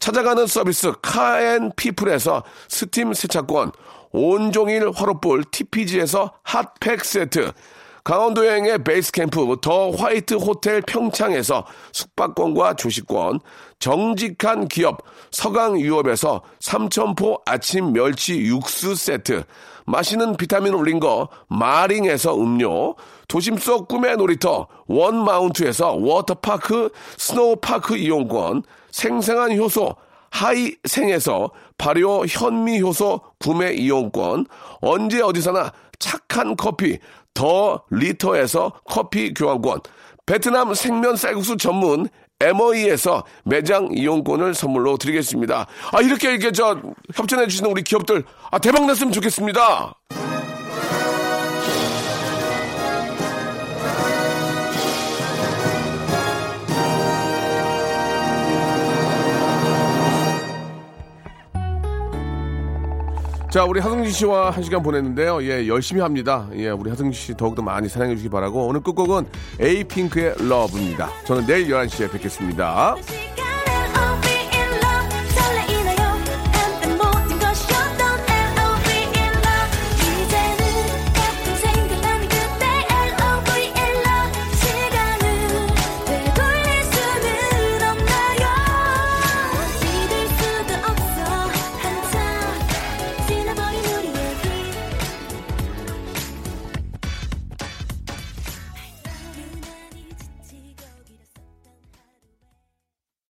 찾아가는 서비스 카앤피플에서 스팀 세차권, 온종일 화롯불 TPG에서 핫팩 세트, 강원도 여행의 베이스캠프 더 화이트 호텔 평창에서 숙박권과 조식권, 정직한 기업 서강유업에서 삼천포 아침 멸치 육수 세트, 맛있는 비타민 올린 거 마링에서 음료, 도심 속 꿈의 놀이터 원마운트에서 워터파크 스노우파크 이용권, 생생한 효소 하이생에서 발효 현미 효소 구매 이용권, 언제 어디서나 착한 커피, 더 리터에서 커피 교환권, 베트남 생면 쌀국수 전문 MOE에서 매장 이용권을 선물로 드리겠습니다. 아, 이렇게, 이렇게 저 협찬해주시는 우리 기업들, 아, 대박 났으면 좋겠습니다. 자, 우리 하승진 씨와 한 시간 보냈는데요. 예, 열심히 합니다. 예, 우리 하승진 씨 더욱더 많이 사랑해 주시기 바라고 오늘 끝곡은 에이핑크의 러브입니다. 저는 내일 11시에 뵙겠습니다.
시간